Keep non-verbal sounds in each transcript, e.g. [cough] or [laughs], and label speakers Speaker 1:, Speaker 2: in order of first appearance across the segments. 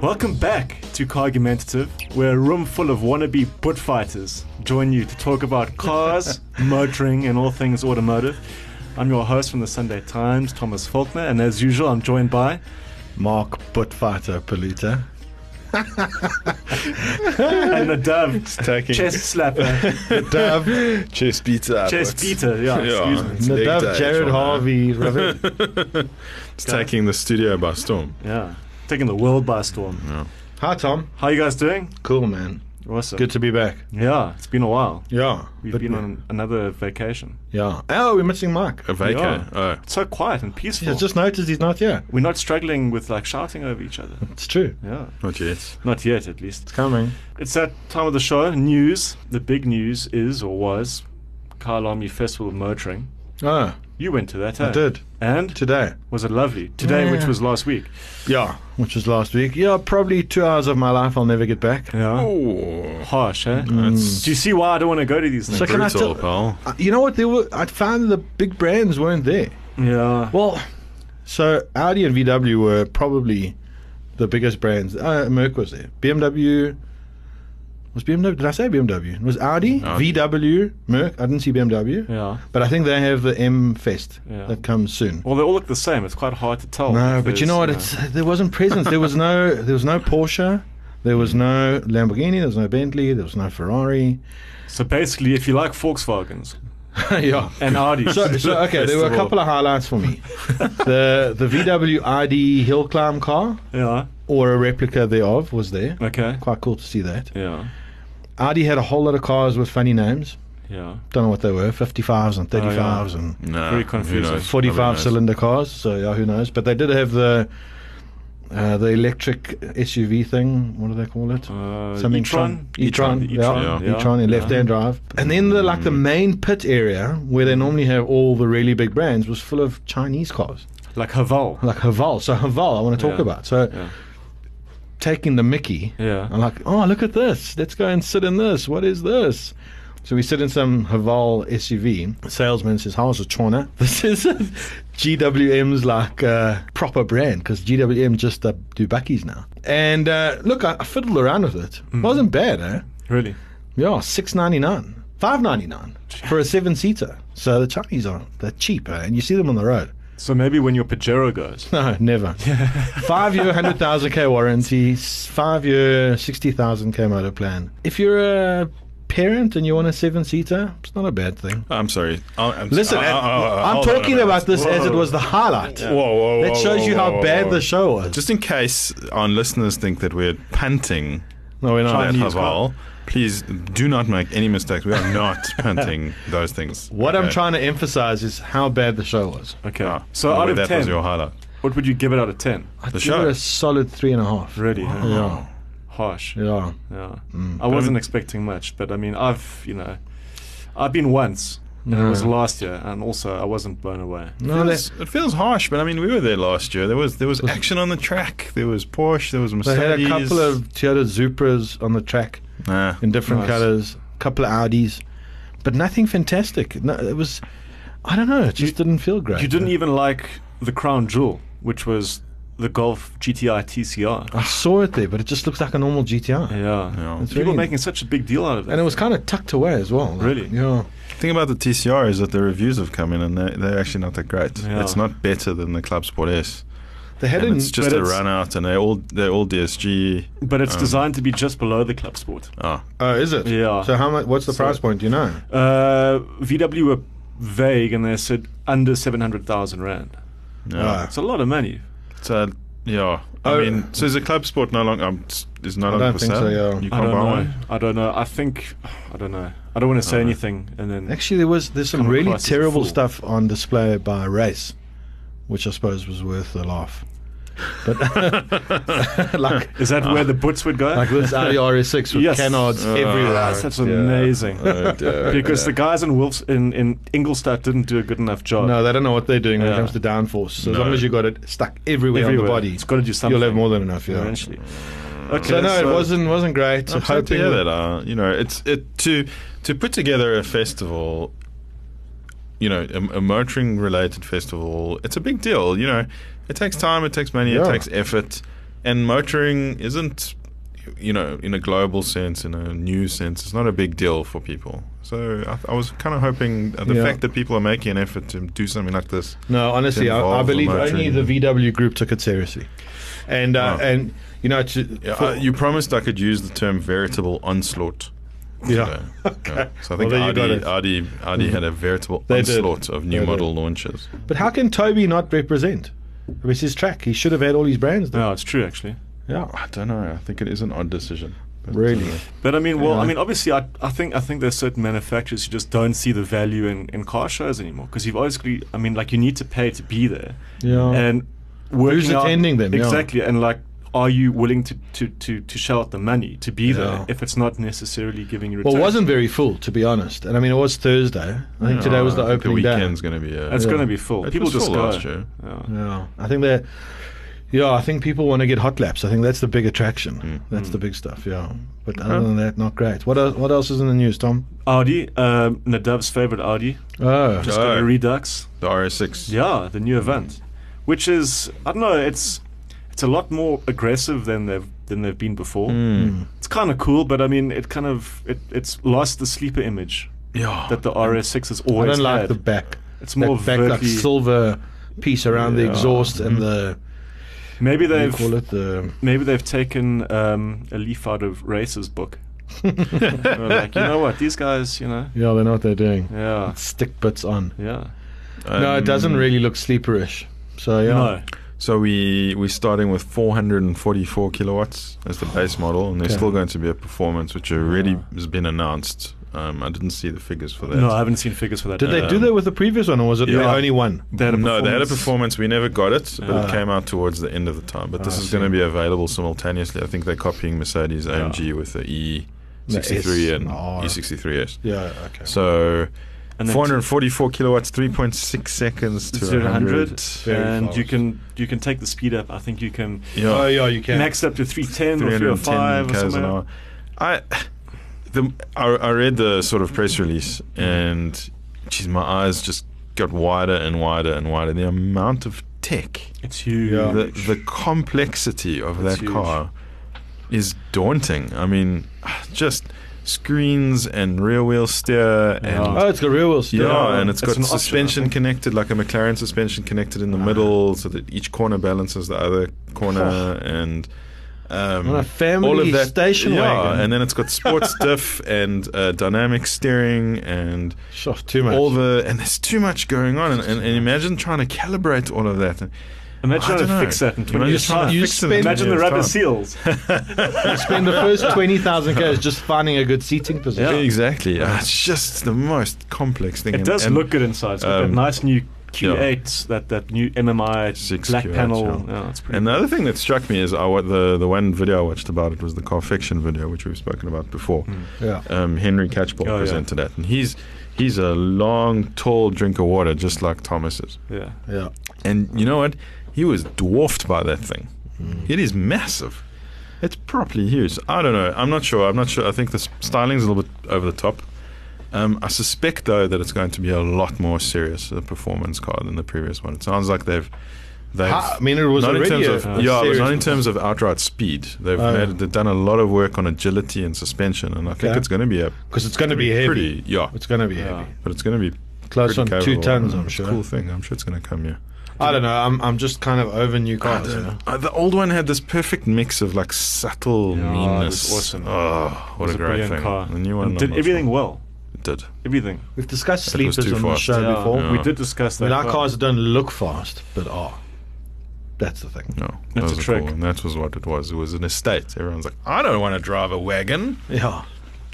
Speaker 1: Welcome back to Cargumentative, where a room full of wannabe butt fighters join you to talk about
Speaker 2: [laughs]
Speaker 1: cars, motoring, and all things automotive. I'm your host from the Sunday Times, Thomas Faulkner, and as usual, I'm joined
Speaker 2: [laughs]
Speaker 1: by
Speaker 2: Mark Buttfighter Polita.
Speaker 1: and the Dove
Speaker 3: taking
Speaker 1: chest slapper,
Speaker 2: [laughs] Dove,
Speaker 3: chest beater.
Speaker 1: chest
Speaker 3: upwards.
Speaker 1: beater. Yeah,
Speaker 3: Yeah.
Speaker 1: excuse me.
Speaker 3: It's leg
Speaker 2: Nadav
Speaker 3: day,
Speaker 2: Jared
Speaker 3: John, [laughs]
Speaker 2: Harvey, Ravi-
Speaker 3: It's taking the studio by storm.
Speaker 1: Yeah, taking the world by storm.
Speaker 2: Hi, Tom.
Speaker 1: How you guys doing?
Speaker 2: Cool, man.
Speaker 1: Awesome.
Speaker 2: Good to be back.
Speaker 1: Yeah, it's been a while.
Speaker 2: Yeah.
Speaker 1: We've
Speaker 2: but-
Speaker 1: been on another vacation.
Speaker 2: Yeah. Oh, we're missing Mark.
Speaker 3: A vaco.
Speaker 1: Yeah.
Speaker 3: Oh.
Speaker 1: It's so quiet and peaceful.
Speaker 2: I just noticed he's not here.
Speaker 1: We're not struggling with like shouting over each other.
Speaker 2: It's true.
Speaker 1: Yeah,
Speaker 3: Not yet.
Speaker 1: not yet at least.
Speaker 2: Coming.
Speaker 1: It's that time of the show. News. The big news is or was Kyle Army Festival of Motoring.
Speaker 2: Oh,
Speaker 1: You went to that, eh?
Speaker 2: I did.
Speaker 1: And
Speaker 2: Today.
Speaker 1: was it lovely? Today, which
Speaker 2: Yeah.
Speaker 1: was last week.
Speaker 2: Yeah. Which was last week. Yeah, probably two hours of my life I'll never get back.
Speaker 1: Yeah.
Speaker 3: Oh.
Speaker 1: Harsh,
Speaker 2: Mm.
Speaker 1: eh?
Speaker 3: That's
Speaker 2: Hmm.
Speaker 1: Do you see why I don't want to go to these things?
Speaker 2: So can I
Speaker 3: brutal,
Speaker 2: tell-
Speaker 3: pal.
Speaker 2: Uh, You know what? There were. I found the big brands weren't there.
Speaker 1: yeah.
Speaker 2: Well, so Audi and VW were probably the biggest brands. Uh, Merck was there. BMW was BMW. Did I say BMW? It was Audi,
Speaker 3: Audi.
Speaker 2: VW, Merck. I didn't see BMW,
Speaker 1: Yeah.
Speaker 2: but I think they have the M Fest
Speaker 1: Yeah. Oh,
Speaker 2: that comes soon.
Speaker 1: Well, they all look the same. It's quite hard to tell.
Speaker 2: no,
Speaker 1: if
Speaker 2: but you know what?
Speaker 1: there's,
Speaker 2: It's there wasn't presence. there was no there was no Porsche. There was no Lamborghini. There was no Bentley. There was no Ferrari.
Speaker 1: So basically, if you like Volkswagens
Speaker 2: yeah. [laughs]
Speaker 1: and Audis,
Speaker 2: So, so okay, there were a
Speaker 3: Festival.
Speaker 2: couple of highlights for me. the the VW ID hill climb car.
Speaker 1: yeah,
Speaker 2: or a replica thereof was there.
Speaker 1: okay,
Speaker 2: Quite cool to see that.
Speaker 1: yeah,
Speaker 2: Audi had a whole lot of cars with funny names.
Speaker 1: yeah,
Speaker 2: Don't know what they were. 55s
Speaker 1: Oh,
Speaker 2: and 35s
Speaker 3: No.
Speaker 1: Very
Speaker 3: who
Speaker 1: confusing.
Speaker 3: knows?
Speaker 2: and 45
Speaker 3: Nobody knows.
Speaker 2: cylinder cars. So yeah, who knows? But they did have the uh, the electric SUV thing. What do they call it?
Speaker 1: uh,
Speaker 2: Something
Speaker 1: e-tron,
Speaker 2: tron- e-tron,
Speaker 1: the e-tron, Mm.
Speaker 3: yeah.
Speaker 2: e-tron in left-hand drive. And then the like the main pit area where they normally have all the really big brands was full of Chinese cars,
Speaker 1: like Haval,
Speaker 2: like Haval. So Haval, I want to talk
Speaker 1: Yeah.
Speaker 2: about. So
Speaker 1: Yeah.
Speaker 2: taking the Mickey.
Speaker 1: yeah,
Speaker 2: I'm like, oh, look at this. Let's go and sit in this. What is this? So we sit in some Haval SUV. The salesman says, how's the Chona? [laughs] This is GWM's like uh, proper brand because GWM just uh, do buckies now. And uh, look, I, I fiddled around with it. Wasn't bad, eh?
Speaker 1: really,
Speaker 2: Yeah, six ninety nine, five ninety nine for a seven seater. So the Chinese are they're cheap, eh? and you see them on the road.
Speaker 1: So maybe when your Pajero goes,
Speaker 2: [laughs] No,
Speaker 3: [laughs]
Speaker 2: never. five year, 100,000 K warranty, s- five year, 60,000 K motor plan. If you're a parent and you want a seven seater, it's not a bad thing.
Speaker 3: I'm sorry. I'll- I'm,
Speaker 2: Listen, uh,
Speaker 3: I- I- I-
Speaker 2: I'm
Speaker 3: Uh, hold on a
Speaker 2: talking
Speaker 3: minute.
Speaker 2: about this as it was the highlight.
Speaker 3: Whoa, whoa, whoa.
Speaker 2: That shows
Speaker 3: whoa,
Speaker 2: you
Speaker 3: whoa,
Speaker 2: how bad
Speaker 3: whoa.
Speaker 2: the show was.
Speaker 3: Just in case our listeners think that we're panting
Speaker 2: no, we're not.
Speaker 3: at
Speaker 1: Chinese
Speaker 3: Haval, please do not make any mistakes. We
Speaker 2: [laughs]
Speaker 3: are not panting those things.
Speaker 2: What I'm
Speaker 3: Okay.
Speaker 2: trying to emphasize is how bad the show was.
Speaker 1: okay.
Speaker 3: Ah,
Speaker 1: so
Speaker 3: well,
Speaker 1: out of
Speaker 3: that
Speaker 1: ten,
Speaker 3: was your highlight.
Speaker 1: what would you give it out of ten?
Speaker 2: I give
Speaker 3: show.
Speaker 2: it a solid three and a half.
Speaker 1: Really, huh?
Speaker 2: Yeah.
Speaker 1: harsh.
Speaker 2: Yeah.
Speaker 1: Yeah,
Speaker 3: Mm.
Speaker 1: I wasn't expecting much, but I mean, I've you know, I've been once. And it was
Speaker 2: No.
Speaker 1: last year, and also I wasn't blown away.
Speaker 2: No,
Speaker 3: It's-
Speaker 2: they,
Speaker 3: it feels harsh, but I mean, we were there last year. There was there was action on the track. There was Porsche. There was
Speaker 2: they
Speaker 3: Mercedes.
Speaker 2: had a couple of Toyota Zupras on the track.
Speaker 3: Nah.
Speaker 2: in different
Speaker 1: Nice.
Speaker 2: colors, a couple of Audis, but nothing fantastic. No, it was, I don't know, it just didn't feel great.
Speaker 1: You didn't even like the crown jewel, which was the Golf GTI TCR.
Speaker 2: I saw it there, but it just looks like a normal GTR.
Speaker 1: Yeah.
Speaker 3: Yeah.
Speaker 2: It's
Speaker 1: People
Speaker 2: really-
Speaker 1: making such a big deal out of
Speaker 2: and
Speaker 1: that.
Speaker 2: it was kind of tucked away as well. like,
Speaker 1: Really?
Speaker 2: Yeah.
Speaker 3: The thing about the TCR is that the reviews have come in and they're, they're actually not that great.
Speaker 1: Yeah.
Speaker 3: It's not better than the Club Sport S.
Speaker 2: They had
Speaker 3: And
Speaker 2: an,
Speaker 3: it's just
Speaker 1: but
Speaker 3: a
Speaker 1: it's-
Speaker 3: run out, and they're all they're all DSG.
Speaker 1: But it's
Speaker 3: Um,
Speaker 1: designed to be just below the Club Sport.
Speaker 3: Oh,
Speaker 2: Oh, is it?
Speaker 1: Yeah.
Speaker 2: So how much? What's the
Speaker 1: So-
Speaker 2: price point? Do you know?
Speaker 1: Uh, VW were vague and they said under 700,000 Rand.
Speaker 3: no.
Speaker 2: Ah.
Speaker 1: It's a lot of money.
Speaker 3: So yeah, I
Speaker 2: Oh.
Speaker 3: mean, so is the Club Sport no longer um, s- is no
Speaker 2: I
Speaker 3: longer
Speaker 2: don't
Speaker 3: for
Speaker 2: think
Speaker 3: sale?
Speaker 2: so, yeah.
Speaker 1: I
Speaker 3: You can't
Speaker 1: don't
Speaker 3: buy
Speaker 1: know.
Speaker 3: one.
Speaker 1: I don't know. I think, I don't know. I don't want to say
Speaker 3: don't know.
Speaker 1: anything and then.
Speaker 2: Actually, there was there's some
Speaker 1: Come
Speaker 2: really
Speaker 1: across as a
Speaker 2: terrible
Speaker 1: fool.
Speaker 2: stuff on display by Race, which I suppose was worth a laugh. But
Speaker 1: [laughs]
Speaker 2: [laughs] like
Speaker 1: Is that where the butts would go? Oh, [laughs]
Speaker 2: like this Audi RS6 with
Speaker 1: Yes. Ah,
Speaker 2: canards everywhere.
Speaker 1: That's amazing. [laughs]
Speaker 3: Oh, dear.
Speaker 1: because the guys in Wolves in, in Ingolstadt didn't do a good enough job.
Speaker 2: No, they don't know what they're doing when
Speaker 1: Yeah.
Speaker 2: it comes to downforce. So as
Speaker 3: No.
Speaker 2: long as you got it stuck everywhere,
Speaker 1: everywhere.
Speaker 2: on the body,
Speaker 1: It's got to do something.
Speaker 2: you'll have more than enough. Yeah.
Speaker 1: eventually. Okay,
Speaker 2: So no, it wasn't wasn't great.
Speaker 3: I'm sad to
Speaker 2: hoping
Speaker 3: hear
Speaker 2: that-
Speaker 3: that. Uh, you know, uh, it's it to to put together a festival, you know, a, a motoring related festival, it's a big deal. You know, it takes time, it takes money, it
Speaker 2: Yeah.
Speaker 3: takes effort, and motoring isn't, you know, in a global sense, in a news sense, it's not a big deal for people. So I, I was kind of hoping uh, the
Speaker 2: Yeah.
Speaker 3: fact that people are making an effort to do something like this.
Speaker 2: No, honestly, I, I
Speaker 3: involved
Speaker 2: believe
Speaker 3: the
Speaker 2: only the
Speaker 3: motoring.
Speaker 2: VW group took it seriously, and uh,
Speaker 3: Oh.
Speaker 2: and you know, to,
Speaker 3: Yeah,
Speaker 2: for-
Speaker 3: I- you promised I could use the term veritable onslaught.
Speaker 2: yeah. [laughs]
Speaker 3: So, yeah. So I think
Speaker 2: Well, there you got it.
Speaker 3: Adi, Adi, Adi had a veritable
Speaker 2: They did.
Speaker 3: onslaught of
Speaker 2: They
Speaker 3: new
Speaker 2: did.
Speaker 3: model launches.
Speaker 2: But how can Toby not represent? It was his track. He should have had all his brands. There.
Speaker 1: No, it's true actually.
Speaker 2: Yeah,
Speaker 3: I don't know. I think it is an odd decision. But,
Speaker 2: Really?
Speaker 3: uh,
Speaker 1: But I mean, well, I
Speaker 2: Yeah.
Speaker 1: mean, obviously, I, I think I think there's certain manufacturers who just don't see the value in, in car shows anymore because you've obviously, I mean, like you need to pay to be there,
Speaker 2: yeah.
Speaker 1: and working
Speaker 2: Who's
Speaker 1: out-
Speaker 2: attending them, yeah.
Speaker 1: exactly, and like, are you willing to to to, to shell out the money to be
Speaker 2: Yeah.
Speaker 1: there if it's not necessarily giving you return?
Speaker 2: well, it wasn't very full, to be honest. And I mean, it was Thursday. I think today
Speaker 3: no,
Speaker 2: was
Speaker 3: I
Speaker 2: the
Speaker 3: think
Speaker 2: opening
Speaker 3: the
Speaker 2: day.
Speaker 3: weekend's going to be uh, a.
Speaker 1: It's
Speaker 2: Yeah.
Speaker 1: going to be full.
Speaker 3: It
Speaker 1: People
Speaker 3: was
Speaker 1: just
Speaker 3: full
Speaker 1: go.
Speaker 3: last year.
Speaker 1: Yeah.
Speaker 2: Yeah, I think that. Yeah, I think people want to get hot laps. I think that's the big attraction. That's the big stuff. Yeah, but other
Speaker 3: Mm. Okay.
Speaker 2: than that, not great. What else, what else is in the news, Tom?
Speaker 1: Audi, um, Nadav's favorite Audi,
Speaker 2: Oh,
Speaker 1: just got a
Speaker 3: Oh.
Speaker 1: Redux.
Speaker 3: the RS6.
Speaker 1: Yeah, the new event, which is I don't know. It's it's a lot more aggressive than they've than they've been before.
Speaker 2: Hmm.
Speaker 3: Mm.
Speaker 1: It's kind of cool, but I mean, it kind of it, it's lost the sleeper image
Speaker 3: Yeah.
Speaker 1: that the RS6 has
Speaker 2: I
Speaker 1: always
Speaker 2: don't like
Speaker 1: had.
Speaker 2: the back.
Speaker 1: it's
Speaker 2: that
Speaker 1: more
Speaker 2: back like
Speaker 1: vertically-
Speaker 2: silver piece around the
Speaker 3: Yeah. Mm-hmm.
Speaker 2: exhaust and the
Speaker 1: Maybe
Speaker 2: what do you
Speaker 1: they've
Speaker 2: call it the
Speaker 1: maybe
Speaker 2: [laughs]
Speaker 1: they've taken um, a leaf out of Race's book. They're like, you know what, these guys, you know,
Speaker 2: yeah they know what they're doing.
Speaker 1: yeah,
Speaker 2: Stick bits on.
Speaker 1: yeah.
Speaker 2: no, it
Speaker 3: Um,
Speaker 2: doesn't really look sleeperish. So Oh, yeah,
Speaker 1: No,
Speaker 3: So we we're starting with 444 kilowatts as the base model, and there's
Speaker 2: Okay.
Speaker 3: still going to be a performance which already has been announced. Um, I didn't see the figures for that.
Speaker 1: no, I haven't seen figures for that.
Speaker 2: did they do
Speaker 3: Um,
Speaker 2: that with the previous one or was it the
Speaker 3: yeah.
Speaker 2: only one?
Speaker 1: They had a
Speaker 3: no, they had a
Speaker 1: performance.
Speaker 3: performance. We never got it, but
Speaker 2: Ah.
Speaker 3: it came out towards the end of the time. But this
Speaker 2: Ah, I
Speaker 3: is going to
Speaker 2: see.
Speaker 3: be available simultaneously. I think they're copying Mercedes AMG with the E63
Speaker 2: The S
Speaker 3: and
Speaker 2: and R.
Speaker 3: E63S.
Speaker 2: Yeah, okay.
Speaker 3: So
Speaker 1: And then
Speaker 3: 444 kilowatts, 3.6 seconds to
Speaker 1: zero to
Speaker 3: 100.
Speaker 1: 100,
Speaker 2: Very
Speaker 1: and you
Speaker 2: fast.
Speaker 1: can you can take the speed up. I think you can
Speaker 3: Yeah.
Speaker 2: Oh yeah, you can.
Speaker 1: max up to 310 or 305 or
Speaker 3: 310 k's an
Speaker 1: somewhere.
Speaker 3: hour. I, the, I, I read the sort of press release and, geez, my eyes just got wider and wider and wider. The amount of tech.
Speaker 1: It's huge.
Speaker 2: Yeah.
Speaker 3: the, the complexity of
Speaker 1: That's
Speaker 3: that
Speaker 1: huge.
Speaker 3: car is daunting. I mean, just screens and rear wheel steer and
Speaker 1: Yeah.
Speaker 2: Oh, it's got real wheels.
Speaker 3: yeah,
Speaker 1: Yeah,
Speaker 3: and it's
Speaker 1: it's
Speaker 3: got
Speaker 1: an option, I
Speaker 3: suspension
Speaker 1: think.
Speaker 3: connected, like a McLaren suspension connected in the middle, so that each corner balances the other corner, and um,
Speaker 2: On a family station
Speaker 3: yeah,
Speaker 2: wagon.
Speaker 3: and then it's
Speaker 2: [laughs]
Speaker 3: got sports diff and uh, dynamic steering and
Speaker 2: Sure, too much.
Speaker 3: all the and there's too much going on, and, and, and imagine trying to calibrate all of that.
Speaker 1: Imagine
Speaker 3: I
Speaker 1: trying to
Speaker 3: don't know.
Speaker 1: fix that in 20
Speaker 3: Imagine
Speaker 1: years'
Speaker 3: trying to
Speaker 1: time.
Speaker 2: you
Speaker 3: fix it in
Speaker 2: spend-
Speaker 3: 20
Speaker 1: Imagine the
Speaker 3: years'
Speaker 1: rubber
Speaker 3: time. [laughs]
Speaker 1: seals.
Speaker 2: spend the first twenty thousand k's just finding a good seating
Speaker 1: [laughs]
Speaker 2: position.
Speaker 3: Exactly. Uh, it's just the most complex thing.
Speaker 1: It
Speaker 3: and-
Speaker 1: does
Speaker 3: and
Speaker 1: look good inside. It's got that
Speaker 3: um,
Speaker 1: nice new Q8, that, that new MMI
Speaker 3: Six
Speaker 1: black
Speaker 3: Q8s,
Speaker 1: panel.
Speaker 3: yeah.
Speaker 1: Yeah, it's pretty
Speaker 3: And the
Speaker 1: cool.
Speaker 3: other thing that struck me is I, wa- the the one video I watched about it was the car fiction video, which we've spoken about before.
Speaker 1: Hmm.
Speaker 2: Yeah.
Speaker 3: Um, Henry Catchpole
Speaker 1: Oh, yeah.
Speaker 3: presented it, and he's he's a long, tall drink of water, just like Thomas is.
Speaker 1: yeah.
Speaker 2: Yeah.
Speaker 3: And you know what? He was dwarfed by that thing.
Speaker 1: Hmm.
Speaker 3: It is massive. It's properly huge. I don't know. I'm not sure. I'm not sure. I think the s- styling's a little bit over the top. Um, I suspect though that it's going to be a lot more serious a performance car than the previous one. It sounds like they've they've
Speaker 2: Ha- I mean, it was
Speaker 3: not in
Speaker 2: already
Speaker 3: terms
Speaker 2: a-
Speaker 3: of
Speaker 2: a
Speaker 3: yeah, it was not in
Speaker 2: serious-
Speaker 3: terms of outright speed. They've
Speaker 2: Oh.
Speaker 3: made, they've done a lot of work on agility and suspension, and I think
Speaker 2: Okay.
Speaker 3: it's going to be a
Speaker 2: Because it's going to be heavy.
Speaker 3: pretty yeah,
Speaker 2: It's going to be
Speaker 1: Yeah.
Speaker 2: heavy.
Speaker 3: but it's going to be
Speaker 2: Close
Speaker 3: pretty
Speaker 2: on two
Speaker 3: capable.
Speaker 2: tons,
Speaker 3: Mm,
Speaker 2: I'm
Speaker 3: it's a
Speaker 2: sure.
Speaker 3: Cool thing. I'm sure it's going to come here.
Speaker 2: I don't know. I'm, I'm just kind of over new
Speaker 3: I
Speaker 2: cars.
Speaker 3: don't-
Speaker 2: you know.
Speaker 3: uh, the old one had this perfect mix of like subtle
Speaker 1: Yeah, it was
Speaker 3: meanness.
Speaker 1: awesome.
Speaker 3: Oh, what
Speaker 1: It's
Speaker 3: a, great
Speaker 1: brilliant
Speaker 3: thing!
Speaker 1: car.
Speaker 3: The new one
Speaker 1: And did
Speaker 3: I'm not
Speaker 1: everything
Speaker 3: sure.
Speaker 1: well.
Speaker 3: It did.
Speaker 1: Everything.
Speaker 2: We've discussed
Speaker 3: It was
Speaker 2: sleepers
Speaker 3: too
Speaker 2: on the
Speaker 3: fast.
Speaker 2: show
Speaker 1: Yeah,
Speaker 2: before.
Speaker 1: We
Speaker 3: Yeah.
Speaker 1: did discuss
Speaker 2: I
Speaker 1: that.
Speaker 2: mean, our
Speaker 1: car.
Speaker 2: cars don't look fast, but are. That's the thing.
Speaker 3: No, that
Speaker 1: That's
Speaker 3: was
Speaker 1: a
Speaker 3: cool
Speaker 1: trick.
Speaker 3: one. that was what it was. It was an estate. Everyone's like, I don't want to drive a wagon.
Speaker 2: Yeah.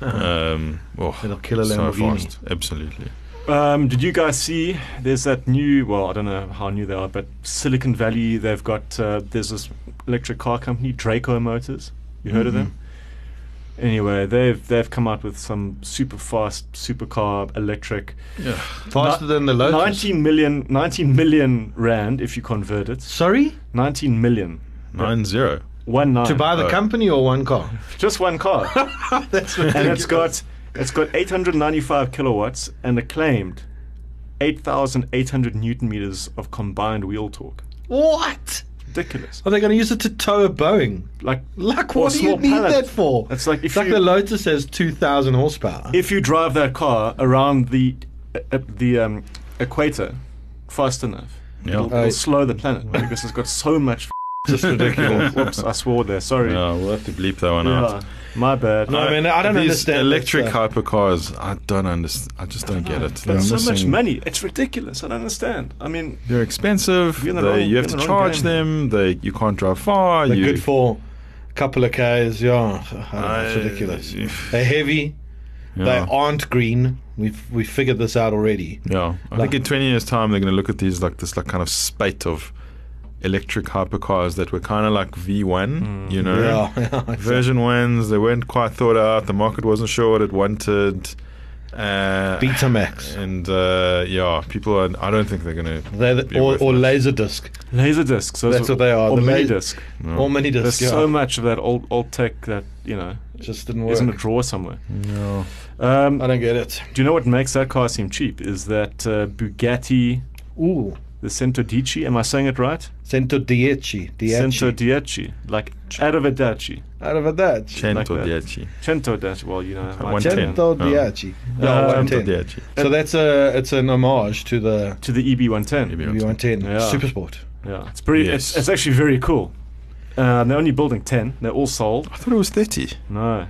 Speaker 3: Um, oh,
Speaker 2: Uh-huh. It'll kill a
Speaker 3: so
Speaker 2: Lamborghini.
Speaker 3: fast. Absolutely.
Speaker 1: Um, did you guys see? There's that new. Well, I don't know how new they are, but Silicon Valley. They've got. Uh, there's this electric car company, Draco Motors. You heard of them?
Speaker 2: Mm-hmm.
Speaker 1: Anyway, they've they've come out with some super fast supercar electric.
Speaker 3: Yeah.
Speaker 2: Faster
Speaker 1: Ni-
Speaker 2: than the Lotus.
Speaker 1: 19 million, 19 million rand if you convert it.
Speaker 2: Sorry?
Speaker 1: 19 million.
Speaker 3: Nine zero.
Speaker 1: One nine.
Speaker 2: To buy the
Speaker 3: Oh.
Speaker 2: company or one car? [laughs]
Speaker 1: Just one car.
Speaker 2: That's
Speaker 1: [laughs]
Speaker 2: [laughs]
Speaker 1: and it's got It's got 895 kilowatts and a claimed 8,800 newton meters of combined wheel torque.
Speaker 2: What?
Speaker 1: Ridiculous.
Speaker 2: Are they going to use it to tow a Boeing?
Speaker 1: Like,
Speaker 2: Like,
Speaker 1: Or
Speaker 2: what do you
Speaker 1: small
Speaker 2: need
Speaker 1: pallet.
Speaker 2: that for?
Speaker 1: It's like if
Speaker 2: it's like
Speaker 1: you-
Speaker 2: the Lotus says 2,000 horsepower.
Speaker 1: if you drive that car around the uh, uh, the um, equator fast enough,
Speaker 3: Yeah.
Speaker 1: it'll,
Speaker 2: Uh,
Speaker 1: it'll slow the
Speaker 2: [laughs]
Speaker 1: planet because it's got so much. [laughs]
Speaker 2: It's just ridiculous.
Speaker 1: Whoops, I swore there. Sorry.
Speaker 3: Yeah, we'll have to bleep that one
Speaker 1: Yeah,
Speaker 3: out.
Speaker 1: my bad.
Speaker 2: No, I mean, I don't
Speaker 3: These
Speaker 2: understand
Speaker 3: Electric
Speaker 2: this stuff.
Speaker 3: hypercars, I don't understand. I just don't get it. They're
Speaker 1: That's uh, so much
Speaker 3: missing-
Speaker 1: money. It's ridiculous. I don't understand. I mean,
Speaker 3: They're expensive.
Speaker 1: You're in the
Speaker 3: they,
Speaker 1: wrong-
Speaker 3: you
Speaker 1: you're in
Speaker 3: have to
Speaker 1: the wrong
Speaker 3: charge
Speaker 1: game.
Speaker 3: them. They you can't drive far.
Speaker 2: They're
Speaker 3: you,
Speaker 2: good for a couple of Ks. Yeah, [laughs] I don't know, it's
Speaker 3: I-
Speaker 2: ridiculous.
Speaker 3: yeah.
Speaker 2: They're heavy.
Speaker 3: yeah.
Speaker 2: They aren't green. We've we figured this out already.
Speaker 3: Yeah, I
Speaker 2: Like-
Speaker 3: think in 20 years' time they're going to look at these like this like kind of spate of electric hypercars that were kind of like V1,
Speaker 1: Hmm.
Speaker 3: you know,
Speaker 2: Yeah, yeah,
Speaker 3: [laughs]
Speaker 2: [laughs]
Speaker 3: version ones. They weren't quite thought out. The market wasn't sure what it wanted. Uh,
Speaker 2: Betamax.
Speaker 3: and uh, yeah, people. Are, I don't think they're going to.
Speaker 2: They're the,
Speaker 3: Be
Speaker 2: or,
Speaker 3: worth
Speaker 2: or
Speaker 3: it.
Speaker 2: laser disc
Speaker 1: laser discs. those
Speaker 2: That's what they are,
Speaker 1: Or
Speaker 2: the
Speaker 1: mini
Speaker 2: laser-
Speaker 1: disc.
Speaker 2: or mini disc.
Speaker 1: There's
Speaker 2: Yeah.
Speaker 1: so much of that old old tech that you know
Speaker 2: just didn't work.
Speaker 1: is
Speaker 2: Mm.
Speaker 1: in a drawer somewhere.
Speaker 3: No.
Speaker 1: Um,
Speaker 2: I don't get it.
Speaker 1: do you know what makes that car seem cheap? Is that uh, Bugatti
Speaker 2: Ooh,
Speaker 1: the Centodieci? Am I saying it right?
Speaker 2: Cento Dieci. Dieci.
Speaker 1: Centodieci, like out of a dachi,
Speaker 2: Out of that.
Speaker 1: Like
Speaker 3: Cento
Speaker 1: that.
Speaker 3: dieci.
Speaker 1: cento dachi. Well, you know, my
Speaker 3: One
Speaker 1: ten.
Speaker 3: ten.
Speaker 2: Cento
Speaker 3: Oh. Uh,
Speaker 2: Dieci.
Speaker 1: Um,
Speaker 2: No, one
Speaker 3: Cento
Speaker 2: ten.
Speaker 3: dieci.
Speaker 2: So that's a it's an homage to the
Speaker 1: to the EB one ten.
Speaker 3: EB110.
Speaker 2: one ten
Speaker 1: Yeah.
Speaker 2: Super Sport.
Speaker 1: Yeah, it's pretty.
Speaker 3: Yes.
Speaker 1: It's, it's actually very cool. Uh, they're only building ten. They're all sold.
Speaker 3: I thought it was 30.
Speaker 1: No,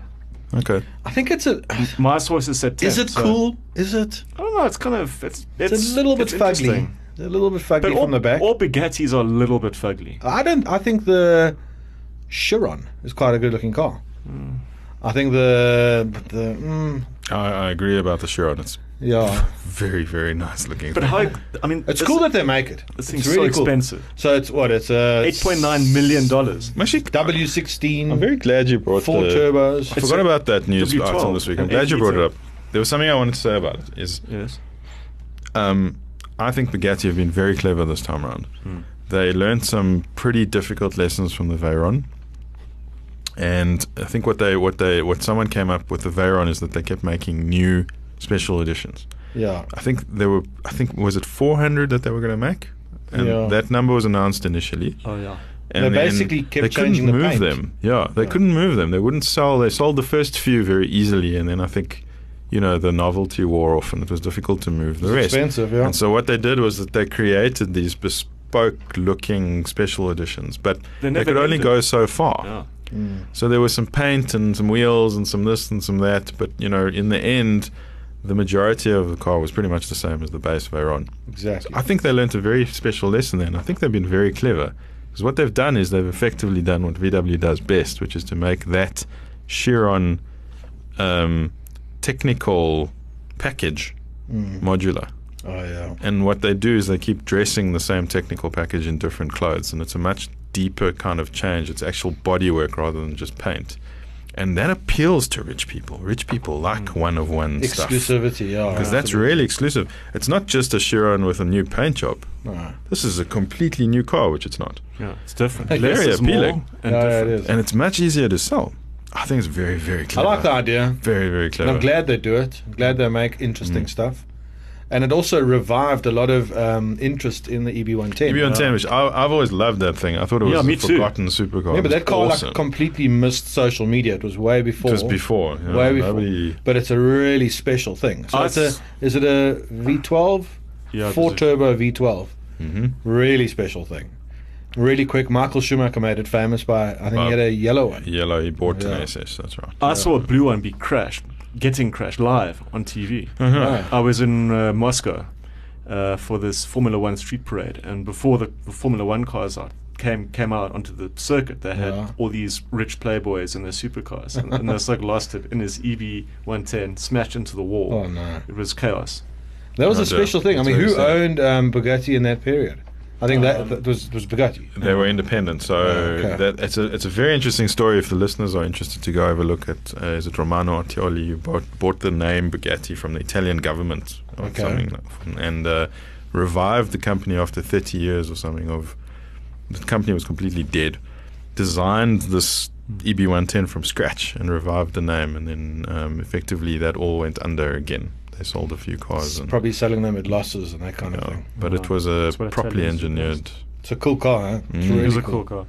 Speaker 3: Okay.
Speaker 2: I think it's a.
Speaker 1: my sources said ten.
Speaker 2: Is it
Speaker 1: so-
Speaker 2: cool? Is it?
Speaker 1: I don't know. It's kind of it's
Speaker 2: It's,
Speaker 1: it's,
Speaker 2: a little bit
Speaker 1: it's
Speaker 2: fugly.
Speaker 1: interesting.
Speaker 2: A little bit fugly
Speaker 1: But all,
Speaker 2: from the back.
Speaker 1: all Bugattis are a little bit fugly.
Speaker 2: I don't. I think the Chiron is quite a good-looking car.
Speaker 1: Hmm.
Speaker 2: I think the the mm,
Speaker 3: I, I agree about the Chiron. It's
Speaker 2: yeah.
Speaker 3: very, very nice looking.
Speaker 1: But how? I mean,
Speaker 2: It's
Speaker 1: this-
Speaker 2: cool that they make it.
Speaker 1: This
Speaker 2: It's
Speaker 1: thing's
Speaker 2: really
Speaker 1: so
Speaker 2: cool.
Speaker 1: expensive.
Speaker 2: So it's what it's uh,
Speaker 1: Eight point nine million dollars.
Speaker 3: I'm actually,
Speaker 2: W sixteen.
Speaker 3: I'm very glad you brought
Speaker 2: four
Speaker 3: the,
Speaker 2: turbos.
Speaker 3: I forgot
Speaker 1: a
Speaker 3: about that news
Speaker 1: W12
Speaker 3: item this week. I'm
Speaker 1: and
Speaker 3: glad you brought it
Speaker 1: AG2.
Speaker 3: up. There was something I wanted to say about it. Is
Speaker 1: Yes.
Speaker 3: um, I think Bugatti have been very clever this time around.
Speaker 2: Hmm.
Speaker 3: They learned some pretty difficult lessons from the Veyron, and I think what they what they what someone came up with the Veyron is that they kept making new special editions.
Speaker 2: yeah.
Speaker 3: I think there were I think was it 400 that they were going to make, and
Speaker 2: Yeah.
Speaker 3: that number was announced initially.
Speaker 1: Oh yeah.
Speaker 3: And
Speaker 2: They
Speaker 3: then
Speaker 2: basically kept
Speaker 3: they
Speaker 2: changing the
Speaker 3: couldn't
Speaker 2: paint.
Speaker 3: move them. Yeah, they
Speaker 2: Yeah.
Speaker 3: couldn't move them. They wouldn't sell. They sold the first few very easily, and then I think, you know, the novelty wore off, and it was difficult to move the
Speaker 2: It's
Speaker 3: rest.
Speaker 2: expensive, yeah.
Speaker 3: And so what they did was that they created these bespoke-looking special editions, but
Speaker 1: They
Speaker 3: they,
Speaker 1: never
Speaker 3: could only
Speaker 1: ended.
Speaker 3: go so far.
Speaker 1: Yeah.
Speaker 2: Mm.
Speaker 3: So there was some paint and some wheels and some this and some that, but you know, in the end, the majority of the car was pretty much the same as the base Veyron.
Speaker 2: Exactly.
Speaker 3: I think they learnt a very special lesson then. I think they've been very clever because what they've done is they've effectively done what VW does best, which is to make that Chiron um, technical package
Speaker 2: Mm.
Speaker 3: modular.
Speaker 2: Oh yeah.
Speaker 3: And what they do is they keep dressing the same technical package in different clothes, and it's a much deeper kind of change. It's actual bodywork rather than just paint. And that appeals to rich people. Rich people like one of one stuff.
Speaker 2: Mm. Exclusivity. Yeah.
Speaker 3: Because that's really exclusive. It's not just a Chiron with a new paint job.
Speaker 2: No.
Speaker 3: This is a completely new car, which it's not.
Speaker 1: Yeah. It's different.
Speaker 2: Very
Speaker 1: Less is
Speaker 3: appealing.
Speaker 1: more
Speaker 2: Yeah,
Speaker 1: and
Speaker 2: yeah, it
Speaker 1: different.
Speaker 2: is.
Speaker 3: And it's much easier to sell. I think it's very, very
Speaker 2: I
Speaker 3: clever.
Speaker 2: like the idea.
Speaker 3: Very, very
Speaker 2: And
Speaker 3: clever.
Speaker 2: I'm glad they do it. I'm glad they make interesting
Speaker 3: Mm.
Speaker 2: stuff. And it also revived a lot of um, interest in the EB110.
Speaker 3: Maybe on 10, which I, I've always loved that thing. I thought it was
Speaker 1: Yeah, me
Speaker 3: a
Speaker 1: too.
Speaker 3: forgotten supercar.
Speaker 2: Yeah, but
Speaker 3: It was
Speaker 2: that car
Speaker 3: awesome.
Speaker 2: like completely missed social media. It was way before.
Speaker 3: It was before. you know,
Speaker 2: Way before.
Speaker 3: nobody-
Speaker 2: But it's a really special thing. So
Speaker 1: I
Speaker 2: it's a,
Speaker 1: s-
Speaker 2: is it a V12?
Speaker 1: Yeah, it
Speaker 2: Four
Speaker 1: is.
Speaker 2: turbo V12.
Speaker 3: Mm-hmm.
Speaker 2: Really special thing. Really quick. Michael Schumacher made it famous by, I think
Speaker 3: Wow.
Speaker 2: he had a yellow one.
Speaker 3: Yellow, he bought
Speaker 2: Yeah.
Speaker 3: an SS, that's right.
Speaker 1: I saw a blue one be crashed, getting crashed live on TV.
Speaker 3: Uh-huh.
Speaker 2: Ah.
Speaker 1: I was in uh, Moscow uh, for this Formula One street parade, and before the the Formula One cars out, came came out onto the circuit, they had
Speaker 2: Yeah.
Speaker 1: all these rich playboys in their supercars, and, and this E like lost it in his EB 110, smashed into the wall.
Speaker 2: Oh, no.
Speaker 1: It was chaos.
Speaker 2: That was
Speaker 3: No
Speaker 2: a special
Speaker 3: doubt.
Speaker 2: thing. I
Speaker 3: That's
Speaker 2: mean,
Speaker 3: very
Speaker 2: who
Speaker 3: sad.
Speaker 2: owned um, Bugatti in that period? I think
Speaker 3: Um,
Speaker 2: that, that was, was Bugatti.
Speaker 3: They were independent, so
Speaker 2: Okay.
Speaker 3: that, it's a it's a very interesting story. If the listeners are interested to go have a look at, uh, is it Romano Artioli who bought, bought the name Bugatti from the Italian government or
Speaker 2: Okay.
Speaker 3: something, and uh, revived the company after 30 years or something. Of the company was completely dead. designed this E EB110 from scratch and revived the name, and then um, effectively that all went under again. They sold a few cars. And,
Speaker 2: Probably selling them at losses and that kind of
Speaker 3: yeah,
Speaker 2: thing.
Speaker 3: but it
Speaker 1: Wow.
Speaker 3: was a
Speaker 1: That's what I
Speaker 3: properly
Speaker 1: tell you.
Speaker 3: engineered.
Speaker 2: It's a cool car, huh? It's
Speaker 3: Mm.
Speaker 1: It was
Speaker 2: really
Speaker 1: a cool car.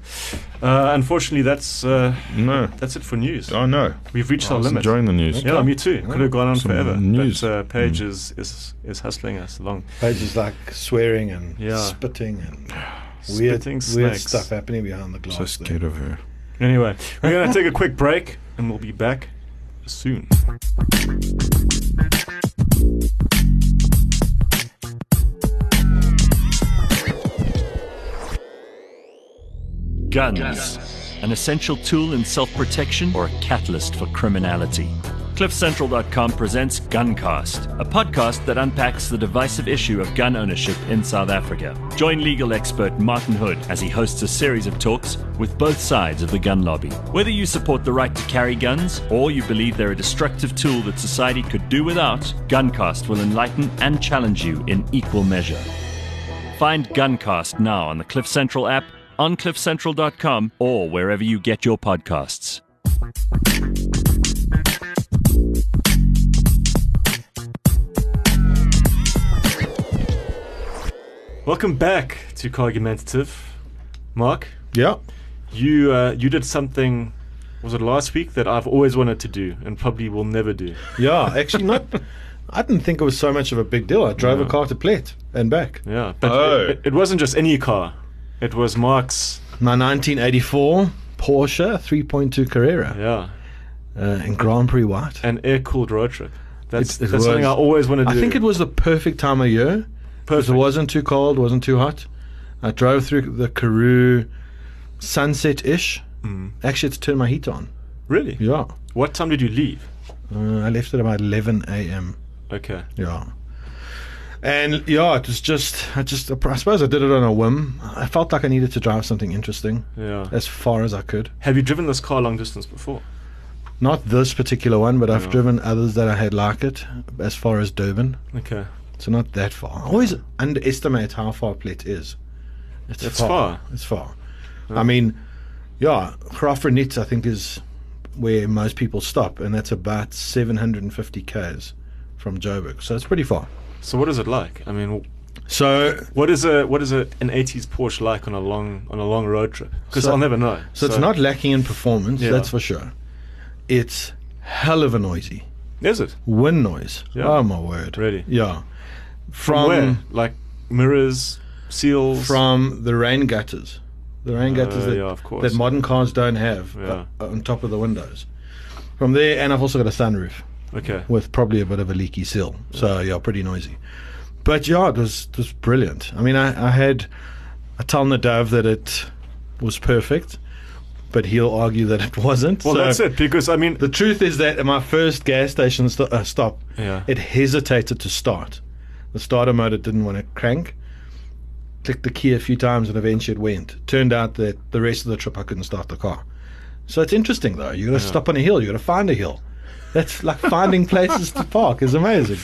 Speaker 1: Uh, unfortunately, that's uh,
Speaker 3: No,
Speaker 1: that's it for news.
Speaker 3: oh no,
Speaker 1: We've reached
Speaker 3: I
Speaker 1: our
Speaker 3: was
Speaker 1: limit.
Speaker 3: enjoying the news.
Speaker 1: Yeah, me too. Could have gone on
Speaker 3: Some
Speaker 1: forever.
Speaker 3: news.
Speaker 1: But uh, Paige
Speaker 3: Mm.
Speaker 1: is, is is hustling us along.
Speaker 2: Page is like swearing and
Speaker 1: Yeah.
Speaker 2: spitting and weird,
Speaker 1: Spitting
Speaker 2: weird
Speaker 1: snakes.
Speaker 2: stuff happening behind the glass.
Speaker 3: So
Speaker 2: there.
Speaker 3: scared of her.
Speaker 1: Anyway, we're gonna
Speaker 2: [laughs]
Speaker 1: take a quick break, and we'll be back soon.
Speaker 4: Guns. An essential tool in self protection or a catalyst for criminality. CliffCentral.com presents Guncast, a podcast that unpacks the divisive issue of gun ownership in South Africa. Join legal expert Martin Hood as he hosts a series of talks with both sides of the gun lobby. Whether you support the right to carry guns or you believe they're a destructive tool that society could do without, Guncast will enlighten and challenge you in equal measure. Find Guncast now on the Cliff Central app, on cliffcentral.com, or wherever you get your podcasts.
Speaker 1: Welcome back to Cargumentative. Mark,
Speaker 2: Yeah.
Speaker 1: you uh, you did something. Was it last week that I've always wanted to do and probably will never do?
Speaker 2: Yeah, actually, not. I didn't think it was so much of a big deal. I drove a
Speaker 1: No.
Speaker 2: car to Plet and back.
Speaker 1: Yeah, but
Speaker 3: Oh.
Speaker 1: it, it wasn't just any car. It was Mark's.
Speaker 2: My 1984 Porsche 3.2 Carrera
Speaker 1: Yeah,
Speaker 2: uh, in Grand Prix White.
Speaker 1: an air cooled road trip. That's
Speaker 2: It- it
Speaker 1: that's something I
Speaker 2: was.
Speaker 1: always wanted to
Speaker 2: I
Speaker 1: do.
Speaker 2: think it was the perfect time of year. Because it
Speaker 1: Perfect.
Speaker 2: wasn't too cold, wasn't too hot. I drove through the Karoo sunset ish.
Speaker 1: Mm.
Speaker 2: Actually, it's turned my heat on.
Speaker 1: really.
Speaker 2: Yeah.
Speaker 1: What time did you leave?
Speaker 2: Uh, I left at about 11 a.m.
Speaker 1: Okay.
Speaker 2: Yeah. And yeah, it was just, I just, I suppose I did it on a whim. I felt like I needed to drive something interesting
Speaker 1: Yeah.
Speaker 2: as far as I could.
Speaker 1: Have you driven this car long distance before?
Speaker 2: Not this particular one, but I've
Speaker 1: Yeah.
Speaker 2: driven others that I had like it as far as Durban.
Speaker 1: Okay.
Speaker 2: So not that far. I always underestimate how far Plet is.
Speaker 1: It's far.
Speaker 2: It's far. I mean, yeah, Grafenitz I think is where most people stop, and that's about 750 k's from Joburg. So it's pretty far.
Speaker 1: So what is it like? I mean,
Speaker 2: So,
Speaker 1: what is a what is a, an 80s Porsche like on a long on a long road trip? Because
Speaker 2: So-
Speaker 1: I'll never know.
Speaker 2: so it's not lacking in performance,
Speaker 1: Yeah.
Speaker 2: that's for sure. It's hell of a noisy
Speaker 1: Is it?
Speaker 2: wind noise.
Speaker 1: Yeah.
Speaker 2: Oh my word!
Speaker 1: Really?
Speaker 2: Yeah.
Speaker 1: From
Speaker 2: From
Speaker 1: where? Like mirrors, seals.
Speaker 2: Um, from the rain gutters, the rain gutters
Speaker 1: Uh,
Speaker 2: that,
Speaker 1: yeah, of course.
Speaker 2: that modern cars don't have
Speaker 1: Yeah.
Speaker 2: uh, on top of the windows. From there, and I've also got a sunroof
Speaker 1: Okay.
Speaker 2: with probably a bit of a leaky sill, so yeah, pretty noisy. But yeah, it was it was brilliant. I mean, I, I had I tell Nadav that it was perfect, but he'll argue that it wasn't.
Speaker 1: Well,
Speaker 2: so
Speaker 1: that's it. Because I mean,
Speaker 2: The truth is that at my first gas station st- uh, stop,
Speaker 1: yeah.
Speaker 2: it hesitated to start. The starter motor didn't want to crank. Clicked the key a few times and eventually it went. Turned out that the rest of the trip I couldn't start the car. So it's interesting though. You got to stop on a hill. You got to find a hill. That's like
Speaker 1: [laughs]
Speaker 2: finding places to park is amazing.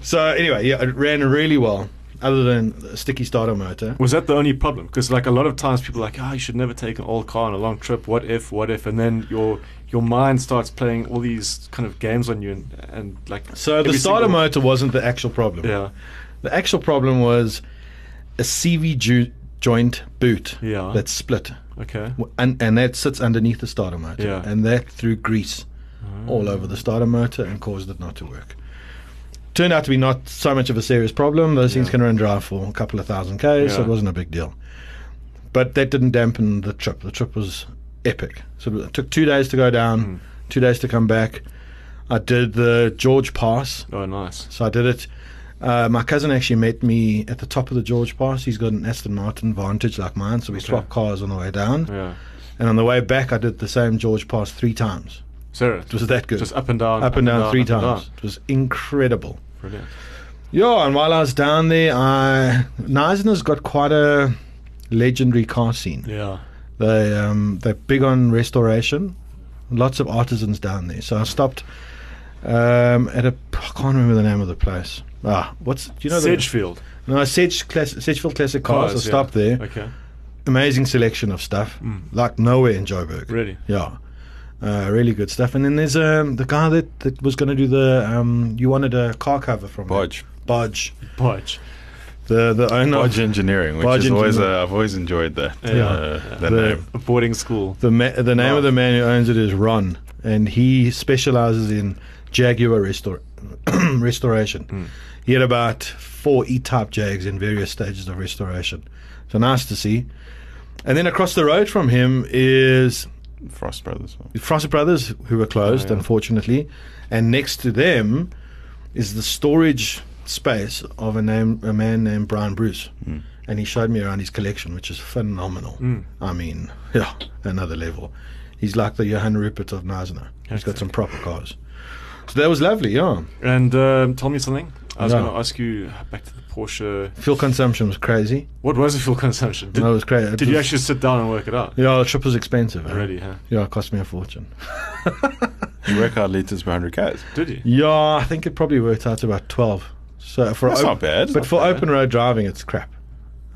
Speaker 2: So anyway, yeah, it ran really well. Other than the sticky starter motor,
Speaker 1: was that the only problem? Because like a lot of times people are like, ah, you should never take an old car on a long trip. What if? What if? And then your your mind starts playing all these kind of games on you and, and like.
Speaker 2: so the
Speaker 1: every
Speaker 2: starter
Speaker 1: single-
Speaker 2: motor wasn't the actual problem.
Speaker 1: Yeah.
Speaker 2: The actual problem was a CV ju- joint boot
Speaker 1: Yeah.
Speaker 2: that split.
Speaker 1: Okay.
Speaker 2: W- and and that sits underneath the starter motor,
Speaker 1: Yeah.
Speaker 2: and that threw grease all over the starter motor and caused it not to work. Turned out to be not so much of a serious problem. Those things
Speaker 1: Yeah.
Speaker 2: can run dry for a couple of thousand k's, so
Speaker 1: Yeah.
Speaker 2: it wasn't a big deal. But that didn't dampen the trip. The trip was epic. So it took two days to go down,
Speaker 1: Hmm.
Speaker 2: two days to come back. I did the George Pass,
Speaker 1: Oh, nice.
Speaker 2: so I did it. Uh, my cousin actually met me at the top of the George Pass. He's got an Aston Martin Vantage like mine, so we swapped cars on the way down.
Speaker 1: Yeah.
Speaker 2: And on the way back, I did the same George Pass three times.
Speaker 1: Sarah.
Speaker 2: It was that good.
Speaker 1: Just up and down.
Speaker 2: up and down, three
Speaker 1: up and
Speaker 2: times.
Speaker 1: down.
Speaker 2: It was incredible.
Speaker 1: Brilliant.
Speaker 2: Yeah, and while I was down there, I Neisner's got quite a legendary car scene.
Speaker 1: Yeah.
Speaker 2: They um, they're big on restoration. Lots of artisans down there. So I stopped um, at a I can't remember the name of the place. Ah, what's do you know?
Speaker 1: Sedgefield.
Speaker 2: The, no, Sedge Class, Sedgefield Classic Cars. I
Speaker 1: yeah.
Speaker 2: stopped there.
Speaker 1: Okay.
Speaker 2: amazing selection of stuff, like nowhere in Joburg.
Speaker 1: Really?
Speaker 2: Yeah. Uh, really good stuff. And then there's um, the guy that, that was going to do the. Um, you wanted a car cover from him.
Speaker 3: [laughs] Bodge.
Speaker 2: Bodge.
Speaker 1: Podge.
Speaker 2: The, the owner.
Speaker 3: Bodge Engineering, which
Speaker 2: Bodge
Speaker 3: is always
Speaker 2: Engineering.
Speaker 3: uh, I've always enjoyed that.
Speaker 1: Yeah.
Speaker 3: Uh, that
Speaker 2: The-
Speaker 3: name.
Speaker 1: A boarding school.
Speaker 2: The ma- the name
Speaker 3: Wow.
Speaker 2: of the man who owns it is Ron, and he specializes in Jaguar restor- [clears throat] restoration. He had about four E-type Jags in various stages of restoration. So nice to see. And then across the road from him is
Speaker 3: Frost Brothers.
Speaker 2: Frost Brothers, who were
Speaker 1: Oh,
Speaker 2: closed, unfortunately. And next to them is the storage space of a name a man named Brian Bruce.
Speaker 1: Hmm.
Speaker 2: And he showed me around his collection, which is phenomenal. I mean, [laughs] yeah, another level. He's like the Johann Rupert of Nasna. He's got some proper cars. So that was lovely, yeah.
Speaker 1: And um, tell me something. I was
Speaker 2: Yeah.
Speaker 1: going to ask you back to the Porsche.
Speaker 2: Fuel consumption was crazy.
Speaker 1: What was the fuel [laughs] consumption? Did,
Speaker 2: no, it was crazy. It
Speaker 1: did you
Speaker 2: was-
Speaker 1: actually sit down and work it out?
Speaker 2: Yeah, the trip was expensive. eh?
Speaker 1: Already, huh?
Speaker 2: Yeah, it cost me a fortune.
Speaker 3: You work out liters per 100 cars.
Speaker 1: Did you?
Speaker 2: Yeah, I think it probably worked out to about twelve. So for
Speaker 3: That's
Speaker 2: op-
Speaker 3: not bad.
Speaker 2: But for open road driving, it's crap.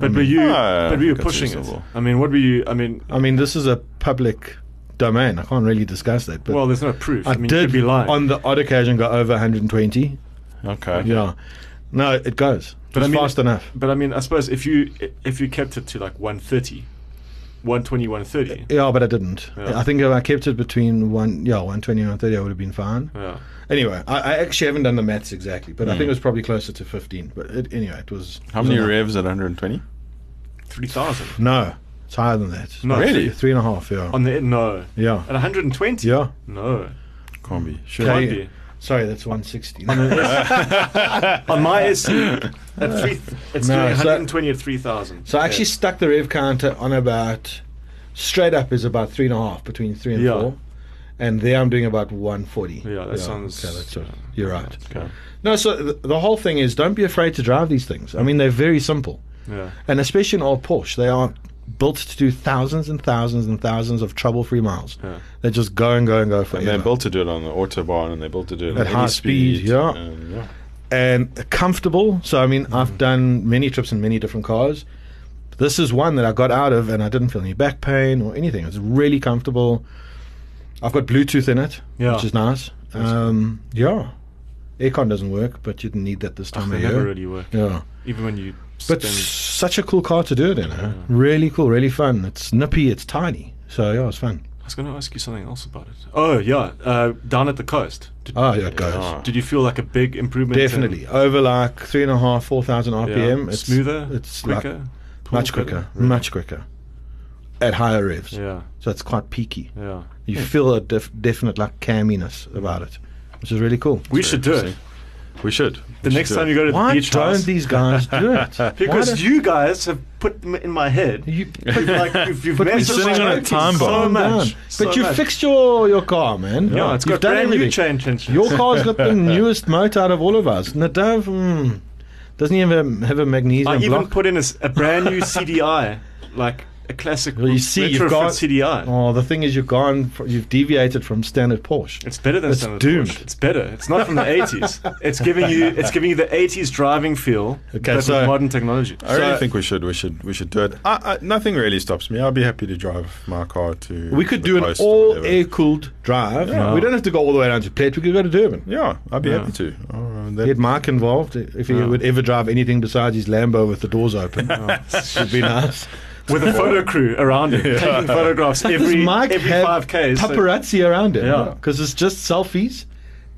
Speaker 1: But were you?
Speaker 3: Ah,
Speaker 1: but were you
Speaker 3: that's
Speaker 1: pushing it?
Speaker 3: reasonable.
Speaker 1: I mean, what were you? I mean,
Speaker 2: I mean, this is a public domain. I can't really discuss that. But
Speaker 1: well, there's no proof. I,
Speaker 2: I,
Speaker 1: mean, you
Speaker 2: did
Speaker 1: could be lying.
Speaker 2: on the odd occasion go over 120.
Speaker 3: Okay.
Speaker 2: Yeah, no, it goes. But
Speaker 1: I
Speaker 2: it's
Speaker 1: mean-
Speaker 2: fast enough.
Speaker 1: but I mean, I suppose if you if you kept it to like 130, 120, 130.
Speaker 2: Yeah, but I didn't.
Speaker 1: Yeah.
Speaker 2: I think if I kept it between one, yeah, 120 and 130, I would have been fine.
Speaker 1: Yeah.
Speaker 2: Anyway, I, I actually haven't done the maths exactly, but I think it was probably closer to 15. But it, anyway, it was.
Speaker 3: Hmm. How
Speaker 2: it was
Speaker 3: many
Speaker 2: enough.
Speaker 3: revs at 120?
Speaker 1: Three thousand
Speaker 2: No, it's higher than that.
Speaker 1: No.
Speaker 2: Like
Speaker 3: Really?
Speaker 2: Three, three and a half. Yeah.
Speaker 1: on the no
Speaker 2: yeah.
Speaker 1: at 120.
Speaker 2: Yeah.
Speaker 1: No.
Speaker 3: Can't be. Sure.
Speaker 1: Can't
Speaker 2: Okay.
Speaker 1: be.
Speaker 2: Sorry, that's 160.
Speaker 1: On my SC,
Speaker 2: [laughs]
Speaker 1: at three, it's
Speaker 2: No,
Speaker 1: doing
Speaker 2: so-
Speaker 1: 120 at 3,000.
Speaker 2: [laughs] So I actually
Speaker 1: Yeah.
Speaker 2: stuck the rev counter on about straight up is about three and a half between three and
Speaker 1: Yeah.
Speaker 2: four, and there I'm doing about one forty.
Speaker 1: Yeah, that sounds-
Speaker 2: Okay, that's right. You're right.
Speaker 3: Okay.
Speaker 2: No, so th- the whole thing is don't be afraid to drive these things. I mean, they're very simple,
Speaker 1: Yeah.
Speaker 2: and especially in old Porsche, they are built to do thousands and thousands and thousands of trouble-free miles.
Speaker 1: Yeah.
Speaker 2: They just go and go and go
Speaker 3: And
Speaker 2: forever.
Speaker 3: they're built to do it on the autobahn, and they're built to do it
Speaker 2: At
Speaker 3: on
Speaker 2: high
Speaker 3: any
Speaker 2: speed, yeah.
Speaker 3: and, yeah.
Speaker 2: and comfortable. So I mean,
Speaker 1: Mm.
Speaker 2: I've done many trips in many different cars. This is one that I got out of, and I didn't feel any back pain or anything. It's really comfortable. I've got Bluetooth in it,
Speaker 1: Yeah.
Speaker 2: which is nice. Um, yeah, aircon doesn't work, but you didn't need that this time
Speaker 1: Ah, They
Speaker 2: of
Speaker 1: never
Speaker 2: year.
Speaker 1: really work.
Speaker 2: Yeah,
Speaker 1: Even when you
Speaker 2: but
Speaker 1: spend.
Speaker 2: such a cool car to do it in. huh? Really cool, really fun. It's nippy, it's tiny, so yeah, it's fun.
Speaker 1: I was going to ask you something else about it. Oh, yeah. Uh, down at the coast. Did,
Speaker 2: Oh yeah, it goes
Speaker 3: Ah.
Speaker 1: did you feel like a big improvement? in-
Speaker 2: definitely over like three and a half, four thousand
Speaker 1: yeah,
Speaker 2: RPM. It's
Speaker 1: smoother?
Speaker 2: It's like
Speaker 1: quicker? pull
Speaker 2: much
Speaker 1: better?
Speaker 2: quicker, much quicker, at higher revs.
Speaker 1: Yeah.
Speaker 2: So it's quite peaky.
Speaker 1: Yeah.
Speaker 2: You feel a def- definite like caminess about it, which is really cool.
Speaker 1: We should do it.
Speaker 3: We should.
Speaker 1: The next time you go to
Speaker 2: Why
Speaker 1: the beach
Speaker 2: don't
Speaker 1: house.
Speaker 2: these guys do
Speaker 1: [laughs]
Speaker 2: it? Why
Speaker 1: because
Speaker 2: don't-
Speaker 1: you guys have put them in my head.
Speaker 2: [laughs] you-
Speaker 1: You've, like, you've, you've
Speaker 2: But we're
Speaker 1: messed with
Speaker 3: sitting
Speaker 1: my
Speaker 3: on a
Speaker 1: thinking
Speaker 3: time
Speaker 1: so
Speaker 3: bomb.
Speaker 1: much.
Speaker 2: But
Speaker 1: so
Speaker 2: you
Speaker 1: much.
Speaker 2: fixed your, your car, man.
Speaker 1: Yeah, it's
Speaker 2: You've
Speaker 1: got brand new
Speaker 2: everything.
Speaker 1: chain tension. [laughs]
Speaker 2: Your car's got the newest motor out of all of us. Nadav mm, doesn't even have a magnesium
Speaker 1: I even
Speaker 2: block.
Speaker 1: put in a, s- a brand new CDI, like a classic
Speaker 2: Well, you see, you've
Speaker 1: retrofit
Speaker 2: got-
Speaker 1: CDI.
Speaker 2: oh, the thing is, you've gone, fr- you've deviated from standard Porsche.
Speaker 1: It's better than
Speaker 2: It's
Speaker 1: standard
Speaker 2: doomed.
Speaker 1: Porsche. It's better. It's not from the
Speaker 2: [laughs]
Speaker 1: 80s. It's giving you it's giving you the 80s driving feel, but with
Speaker 2: so-
Speaker 1: modern technology.
Speaker 3: I really
Speaker 2: So-
Speaker 3: think we should. We should. We should do it. I, I, nothing really stops me. I'll be happy to drive my car to.
Speaker 2: We could
Speaker 3: to
Speaker 2: do
Speaker 3: the
Speaker 2: an
Speaker 3: coast or
Speaker 2: all
Speaker 3: whatever.
Speaker 2: air cooled drive. We don't have to go all the way down to Plet. We could go to Durban.
Speaker 3: Yeah, I'd be
Speaker 1: Yeah.
Speaker 3: happy to. Oh,
Speaker 2: Get
Speaker 3: that,
Speaker 2: Mark involved if he would ever drive anything besides his Lambo with the
Speaker 1: [laughs]
Speaker 2: doors open. Would be nice.
Speaker 1: With a
Speaker 2: [laughs]
Speaker 1: photo crew around it, taking photographs every,
Speaker 2: Does Mark
Speaker 1: every
Speaker 2: have
Speaker 1: 5Ks. so-
Speaker 2: paparazzi around him?
Speaker 1: Yeah.
Speaker 2: because it's just selfies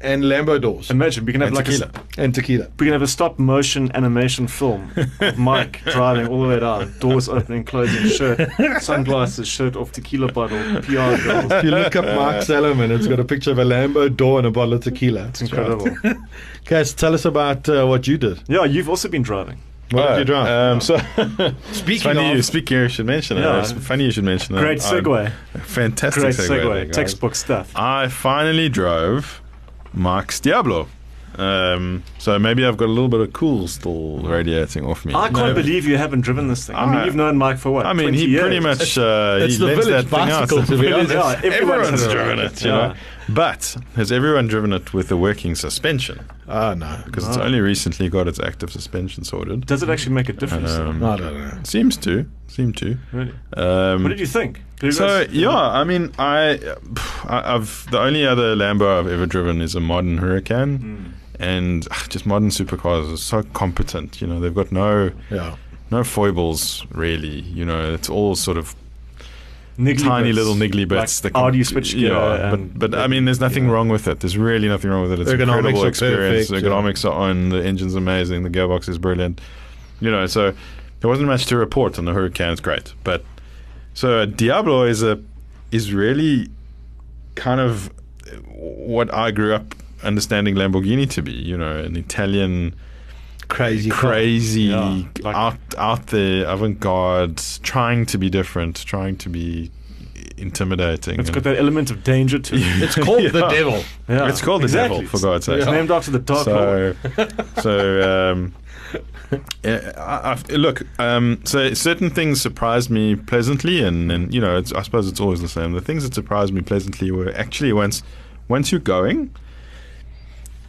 Speaker 2: and Lambo doors
Speaker 1: imagine, we can have
Speaker 3: And
Speaker 1: like a, s-
Speaker 3: tequila.
Speaker 2: and tequila.
Speaker 1: we can have a stop motion animation film of
Speaker 2: [laughs]
Speaker 1: Mike driving all the way down, doors opening, closing, shirt, sunglasses, shirt off, tequila bottle, PR girls.
Speaker 2: If you
Speaker 1: [laughs]
Speaker 2: look up Mark Salomon, it's got a picture of a Lambo door and a bottle of tequila.
Speaker 1: It's incredible.
Speaker 2: Cass, tell us about uh, what you did.
Speaker 1: Yeah, you've also been driving.
Speaker 2: What did you drive?
Speaker 3: Um, [laughs] so
Speaker 2: Speaking
Speaker 3: funny.
Speaker 2: of-
Speaker 3: You, speaking, you should mention
Speaker 1: Yeah.
Speaker 3: that. It's funny you should mention that.
Speaker 1: Great
Speaker 3: I'm-
Speaker 1: segue.
Speaker 3: fantastic
Speaker 1: Great
Speaker 3: um, segue. there,
Speaker 1: segue.
Speaker 3: guys. Um,
Speaker 1: Textbook stuff.
Speaker 3: I finally drove Mark's Diablo. Um, so maybe I've got a little bit of cool still radiating off me.
Speaker 1: I can't
Speaker 3: No,
Speaker 1: believe you haven't driven this thing. I mean,
Speaker 3: I-
Speaker 1: you've known Mike for what?
Speaker 3: I mean,
Speaker 1: 20
Speaker 3: he
Speaker 1: years?
Speaker 3: pretty much uh,
Speaker 2: it's
Speaker 3: he
Speaker 2: the
Speaker 3: lets
Speaker 2: village
Speaker 3: that thing out.
Speaker 2: bicycle, to be
Speaker 3: Everyone's
Speaker 2: honest.
Speaker 1: Yeah, everyone's
Speaker 3: Everyone's
Speaker 1: driven
Speaker 3: driven
Speaker 1: it,
Speaker 3: it, you
Speaker 1: yeah.
Speaker 3: know. But has everyone driven it with a working suspension?
Speaker 2: Ah, no.
Speaker 3: Because it's only recently got its active suspension sorted.
Speaker 1: Uh, Does Oh, it actually make a difference? though?
Speaker 3: Um,
Speaker 2: I don't know.
Speaker 3: Seems to. Seem to.
Speaker 1: Really?
Speaker 3: Um,
Speaker 1: What did you think? Did you
Speaker 3: So
Speaker 1: guys-
Speaker 3: yeah, I mean, I, pff, I- I've the only other Lambo I've ever driven is a modern Huracan,
Speaker 1: Hmm.
Speaker 3: and ah, just modern supercars are so competent. You know, they've got no
Speaker 2: Yeah.
Speaker 3: no foibles really. You know, it's all sort of
Speaker 1: Niggly
Speaker 3: tiny
Speaker 1: bits.
Speaker 3: little niggly bits.
Speaker 1: Like,
Speaker 3: that
Speaker 1: how
Speaker 3: can-
Speaker 1: do you switch gear?
Speaker 3: Yeah,
Speaker 1: and-
Speaker 3: but uh, but I mean, there's nothing wrong with it. There's really nothing wrong with it. It's an
Speaker 2: Ergonomics
Speaker 3: incredible
Speaker 2: are
Speaker 3: experience.
Speaker 2: perfect, yeah.
Speaker 3: Ergonomics are on. The engine's amazing. The gearbox is brilliant. You know, so there wasn't much to report on the Huracan. It's great, but so Diablo is a is really kind of what I grew up understanding Lamborghini to be. You know, an Italian
Speaker 2: Crazy. car.
Speaker 3: crazy,
Speaker 1: Yeah, like-
Speaker 3: out out there, avant garde, trying to be different, trying to be intimidating.
Speaker 1: It's
Speaker 3: and-
Speaker 1: got
Speaker 3: [laughs]
Speaker 1: that element of danger to it.
Speaker 2: It's called the devil.
Speaker 1: [laughs] Yeah,
Speaker 3: it's called
Speaker 1: exactly.
Speaker 3: the devil, for God's sake.
Speaker 1: It's named after the Dark Lord.
Speaker 3: So, [laughs] so um, yeah, I, I, look. Um, so certain things surprised me pleasantly, and, and you know, it's, I suppose it's always the same. The things that surprised me pleasantly were actually once once you're going,